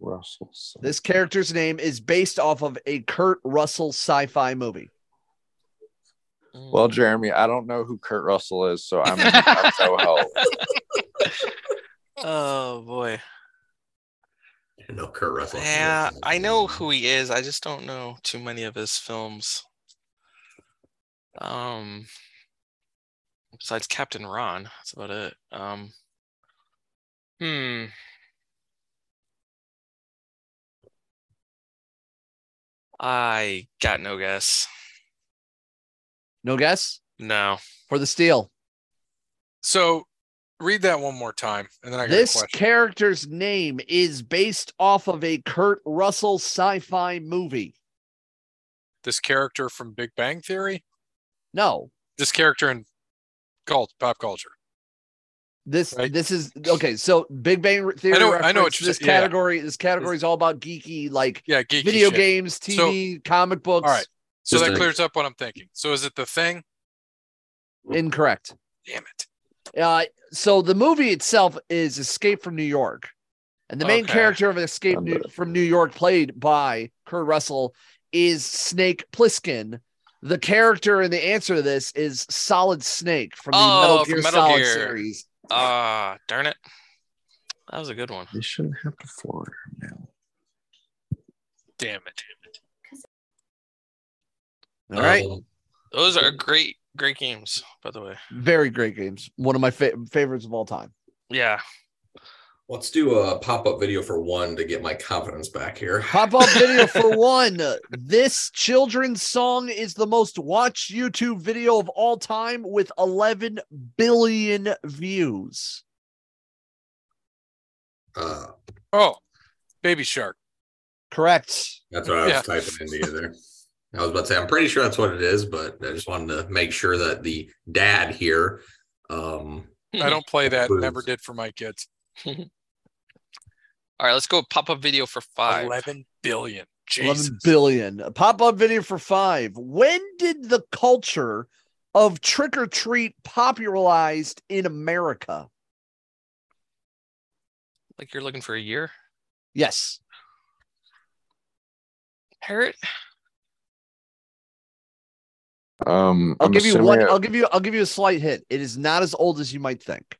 Speaker 6: Russell. Simmons.
Speaker 7: This character's name is based off of a Kurt Russell sci-fi movie.
Speaker 6: Well, Jeremy, I don't know who Kurt Russell is, so I'm gonna have no help.
Speaker 4: oh boy.
Speaker 2: I didn't know Kurt Russell.
Speaker 4: Yeah, I know who he is. I just don't know too many of his films. Um, besides Captain Ron, that's about it. Um, hmm. I got no guess.
Speaker 7: No guess
Speaker 4: No.
Speaker 7: for the steal.
Speaker 1: So read that one more time, and then I got a
Speaker 7: This
Speaker 1: question.
Speaker 7: character's name is based off of a Kurt Russell sci-fi movie.
Speaker 1: this character from Big Bang Theory,
Speaker 7: No,
Speaker 1: this character in cult pop culture.
Speaker 7: this
Speaker 1: Right.
Speaker 7: this is okay. So Big Bang Theory.
Speaker 1: I know- I know what
Speaker 7: reference,
Speaker 1: you're
Speaker 7: this
Speaker 1: saying, yeah.
Speaker 7: category. This category is all about geeky, like
Speaker 1: Yeah, geeky
Speaker 7: video
Speaker 1: shit.
Speaker 7: games, TV, comic books.
Speaker 1: All right. So
Speaker 2: Just
Speaker 1: that
Speaker 2: a-
Speaker 1: clears up what I'm thinking. So is it the thing?
Speaker 7: Incorrect.
Speaker 1: Damn it.
Speaker 7: Uh, so the movie itself is Escape from New York, and the main
Speaker 4: Okay.
Speaker 7: character of Escape New- from New York, played by Kurt Russell, is Snake Plissken. The character in the answer to this is Solid Snake from the
Speaker 4: Oh,
Speaker 7: Metal
Speaker 4: from
Speaker 7: Gear
Speaker 4: Metal
Speaker 7: Solid
Speaker 4: Gear.
Speaker 7: series.
Speaker 4: Ah, darn it. That was a good one.
Speaker 6: They shouldn't have to Florida now.
Speaker 1: Damn it.
Speaker 7: All right,
Speaker 2: Um,
Speaker 4: Those are great, great games, by the way.
Speaker 7: very great games. One of my fa- favorites of all time.
Speaker 4: Yeah.
Speaker 2: let's do a pop up video for one to get my confidence back here.
Speaker 7: Pop up video for one. This children's song is the most watched YouTube video of all time with 11 billion views.
Speaker 2: Uh,
Speaker 1: Oh, Baby Shark.
Speaker 7: Correct.
Speaker 2: that's what I was
Speaker 1: Yeah.
Speaker 2: typing into you there. I was about to say, I'm pretty sure that's what it is, but I just wanted to make sure that the dad here. Um,
Speaker 1: I don't play that.
Speaker 2: Booze.
Speaker 1: Never did for my kids.
Speaker 4: All right, let's go pop up video for five.
Speaker 1: 11 billion. Jesus.
Speaker 7: 11 billion. A pop up video for five. When did the culture of trick or treat popularized in America?
Speaker 4: Like you're looking for a year.
Speaker 7: Yes.
Speaker 4: Parrot.
Speaker 6: Um,
Speaker 7: I'll
Speaker 6: I'm
Speaker 7: give you
Speaker 6: assuming
Speaker 7: one.
Speaker 6: it-
Speaker 7: I'll give you I'll give you a slight hint. It is not as old as you might think.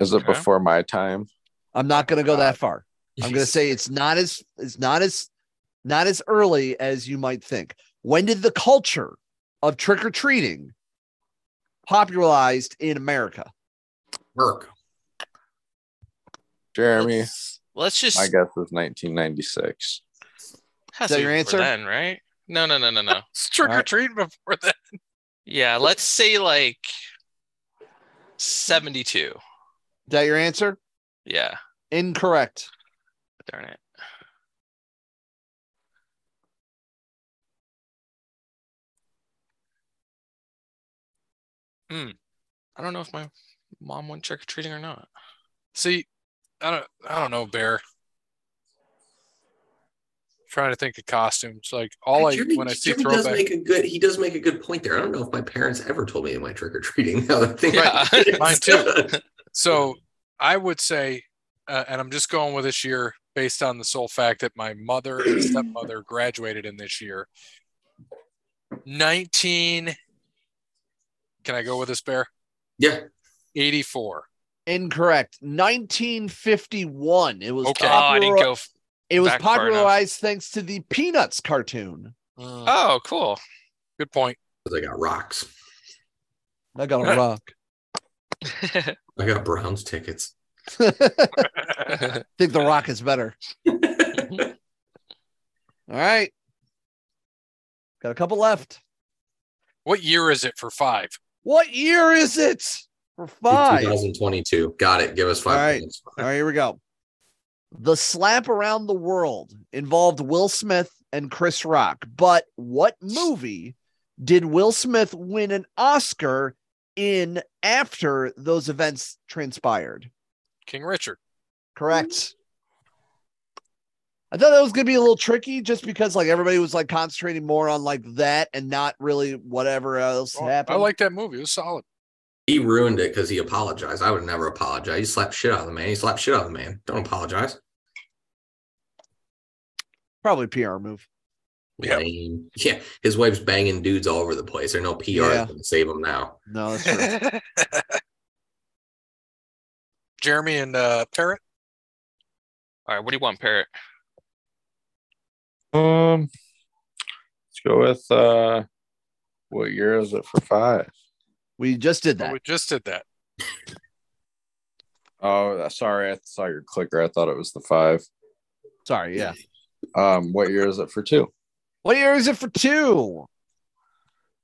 Speaker 6: Is it
Speaker 4: Okay.
Speaker 6: before my time?
Speaker 7: I'm not gonna go that far. I'm gonna say it's not as it's not as not as early as you might think. When did the culture of trick or treating popularized in America?
Speaker 2: Merc.
Speaker 6: Jeremy,
Speaker 4: Let's, let's just.
Speaker 6: my guess is 1996.
Speaker 4: Has
Speaker 7: Is that
Speaker 4: to be
Speaker 7: your
Speaker 4: before
Speaker 7: answer?
Speaker 4: Then, right? No, no, no, no, no.
Speaker 1: It's trick or
Speaker 7: Alright.
Speaker 1: treat before that.
Speaker 4: yeah, let's say like seventy-two.
Speaker 7: Is that your answer?
Speaker 4: Yeah,
Speaker 7: Incorrect.
Speaker 4: darn it. Hmm. I don't know if my mom went trick or treating or not.
Speaker 1: See, I don't I don't know, Bear. trying to think of costumes. Like all I
Speaker 2: Jimmy-
Speaker 1: when I see
Speaker 2: Jimmy does
Speaker 1: throwback
Speaker 2: make a good. He does make a good point there. I don't know if my parents ever told me they went trick or treating. Now that I think about
Speaker 4: Yeah.
Speaker 2: it.
Speaker 1: Mine too. So I would say, uh, and I'm just going with this year based on the sole fact that my mother and stepmother graduated in this year. 19. Can I go with this bear?
Speaker 2: yeah,
Speaker 1: 84.
Speaker 7: Incorrect. 1951. It was
Speaker 1: Okay.
Speaker 4: Oh, I didn't
Speaker 7: popula-
Speaker 4: go. f-
Speaker 7: It was
Speaker 4: back far enough.
Speaker 7: popularized thanks to the Peanuts cartoon.
Speaker 1: Mm,
Speaker 4: Oh, cool.
Speaker 1: Good point.
Speaker 2: 'cause I got rocks.
Speaker 7: I got
Speaker 1: Yeah.
Speaker 7: a rock.
Speaker 2: I got Browns tickets.
Speaker 7: Think the rock is better. All right. Got a couple left.
Speaker 1: What year is it for five?
Speaker 7: What year is it? For five. All
Speaker 2: 2022. Got it. Give us five
Speaker 7: All right.
Speaker 2: minutes.
Speaker 7: right, here we go. The slap around the world involved Will Smith and Chris Rock, but what movie did Will Smith win an Oscar in after those events transpired?
Speaker 1: King Richard. Hmm.
Speaker 7: Correct. I thought that was gonna be a little tricky just because like everybody was like concentrating more on like that and not really whatever else
Speaker 1: Oh, I
Speaker 7: happened.
Speaker 1: like that movie. It was solid.
Speaker 2: He ruined it because he apologized. I would never apologize. He slapped shit out of the man. He slapped shit out of the man. Don't apologize.
Speaker 7: probably PR move.
Speaker 1: Yep.
Speaker 2: Lame. Yeah. His wife's banging dudes all over the place. There are no PRs
Speaker 7: Yeah.
Speaker 2: going to save him now.
Speaker 7: No, that's true.
Speaker 1: Jeremy and uh, Parrot.
Speaker 4: All right, what do you want, Parrot?
Speaker 6: Um, let's go with uh, what year is it for five?
Speaker 7: we just did
Speaker 1: Oh,
Speaker 7: that.
Speaker 1: we just did that.
Speaker 6: Oh, sorry, I saw your clicker. I thought it was the five.
Speaker 7: Sorry, yeah.
Speaker 6: Um, what year is it for two?
Speaker 7: What year is it for two?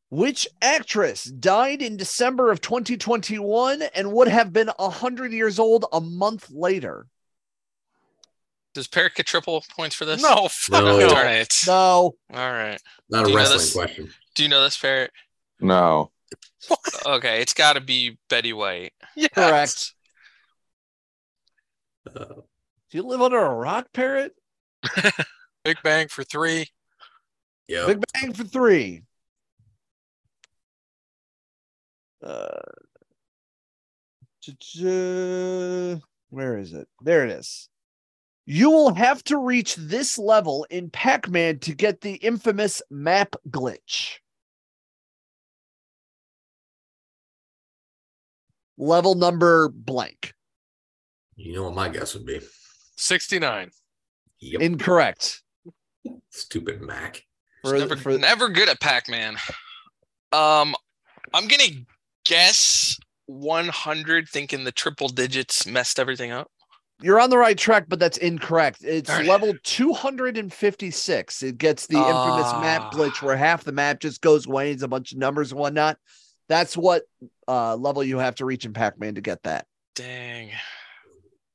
Speaker 7: Which actress died in December of 2021 and would have been 100 years old a month later?
Speaker 4: Does Parrot get triple points for this?
Speaker 1: No, fuck
Speaker 2: No.
Speaker 1: no.
Speaker 4: Darn it.
Speaker 7: No.
Speaker 4: All right.
Speaker 2: Not
Speaker 4: Do
Speaker 2: a
Speaker 4: you know
Speaker 2: wrestling
Speaker 4: this-
Speaker 2: question.
Speaker 4: Do you know this Parrot?
Speaker 6: No,
Speaker 4: Okay, it's got to be Betty White.
Speaker 1: Yes.
Speaker 7: Correct.
Speaker 2: Uh,
Speaker 7: Do you live under a rock, Parrot?
Speaker 1: Big Bang for three.
Speaker 2: yeah.
Speaker 7: Big Bang for three. Uh, ch-ch- where is it? There it is. You will have to reach this level in Pac Man to get the infamous map glitch. Level number blank.
Speaker 2: You know what my guess would be?
Speaker 1: 69.
Speaker 2: Yep.
Speaker 7: Incorrect.
Speaker 2: Stupid Mac.
Speaker 4: She's
Speaker 7: For-
Speaker 4: never,
Speaker 7: for-
Speaker 4: never good at Pac-Man. Um, I'm gonna guess 100, thinking the triple digits messed everything up.
Speaker 7: You're on the right track, but that's incorrect. It's
Speaker 4: Darn it.
Speaker 7: level 256. It gets the infamous map
Speaker 4: Ah.
Speaker 7: glitch where half the map just goes away. It's a bunch of numbers and whatnot. That's what uh, level you have to reach in Pac Man to get that.
Speaker 4: Dang.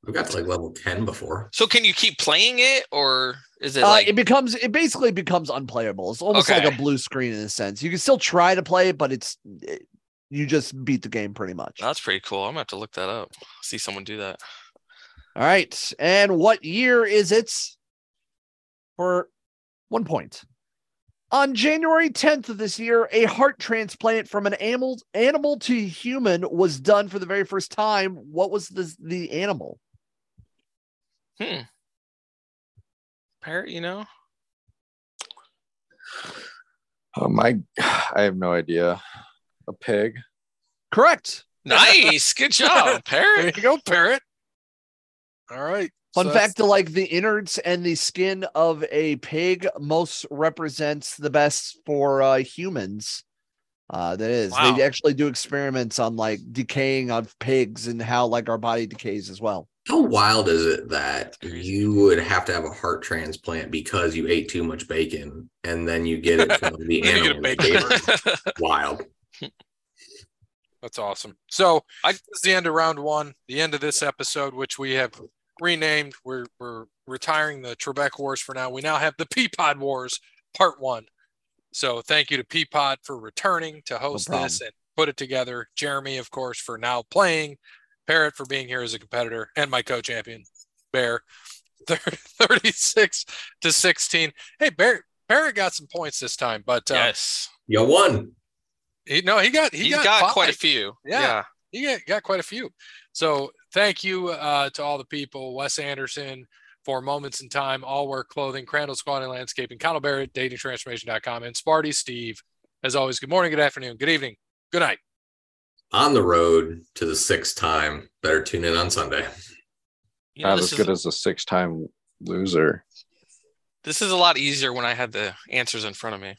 Speaker 2: I've got to like level 10 before.
Speaker 4: So can you keep playing it, or is it
Speaker 7: Uh,
Speaker 4: like
Speaker 7: it becomes, it basically becomes unplayable. It's almost like
Speaker 4: Okay.
Speaker 7: a blue screen in a sense. You can still try to play it, but it's, it- you just beat the game pretty much.
Speaker 4: that's pretty cool? I'm gonna have to look that up. See someone do that.
Speaker 7: All right. And what year is it? For one point. On January 10th of this year, a heart transplant from an animal animal to human was done for the very first time. What was the the animal?
Speaker 4: Hmm. Parrot, you know?
Speaker 6: oh, my, I have no idea. A pig.
Speaker 7: Correct.
Speaker 4: Nice. Good job,
Speaker 1: There you
Speaker 4: Parrot.
Speaker 1: go, Parrot. All right.
Speaker 7: Fun
Speaker 1: So that's-
Speaker 7: fact: like the innards and the skin of a pig most represents the best for uh, humans. Uh, that is,
Speaker 4: Wow.
Speaker 7: they actually do experiments on like decaying of pigs and how like our body decays as well.
Speaker 2: How wild is it that
Speaker 4: crazy.
Speaker 2: you would have to have a heart transplant because you ate too much bacon and then you get it from the
Speaker 1: Then you get a
Speaker 2: animal? that gave it? Wild.
Speaker 1: That's awesome. So
Speaker 4: I-
Speaker 1: this is the end of round one, the end of this episode, which we have renamed. We're we're retiring the Trebek Wars for now. We now have the Peapod Wars part one. So thank you to Peapod for returning to host
Speaker 7: problem.
Speaker 1: this and put it together. Jeremy, of course, for now playing, Parrot for being here as a competitor, and my co-champion, Bear. 36 to 16. Hey, Bear Parrot got some points this time, but uh,
Speaker 4: yes.
Speaker 2: You won.
Speaker 1: he no, he got he
Speaker 4: He's
Speaker 1: got,
Speaker 4: got,
Speaker 1: five.
Speaker 4: quite a few.
Speaker 1: Yeah. you got, got quite a few. So thank you uh, to all the people, Wes Anderson for Moments in Time, All Work Clothing, Crandall Squad and Landscaping, Connell Barrett, datingtransformation.com, and Sparty Steve. As always, good morning, good afternoon, good evening, good night.
Speaker 2: On the road to the sixth time. Better tune in on Sunday.
Speaker 4: You know,
Speaker 6: Not as
Speaker 4: this,
Speaker 6: good
Speaker 4: is,
Speaker 6: as a six-time loser.
Speaker 4: this is a lot easier when I had the answers in front of me.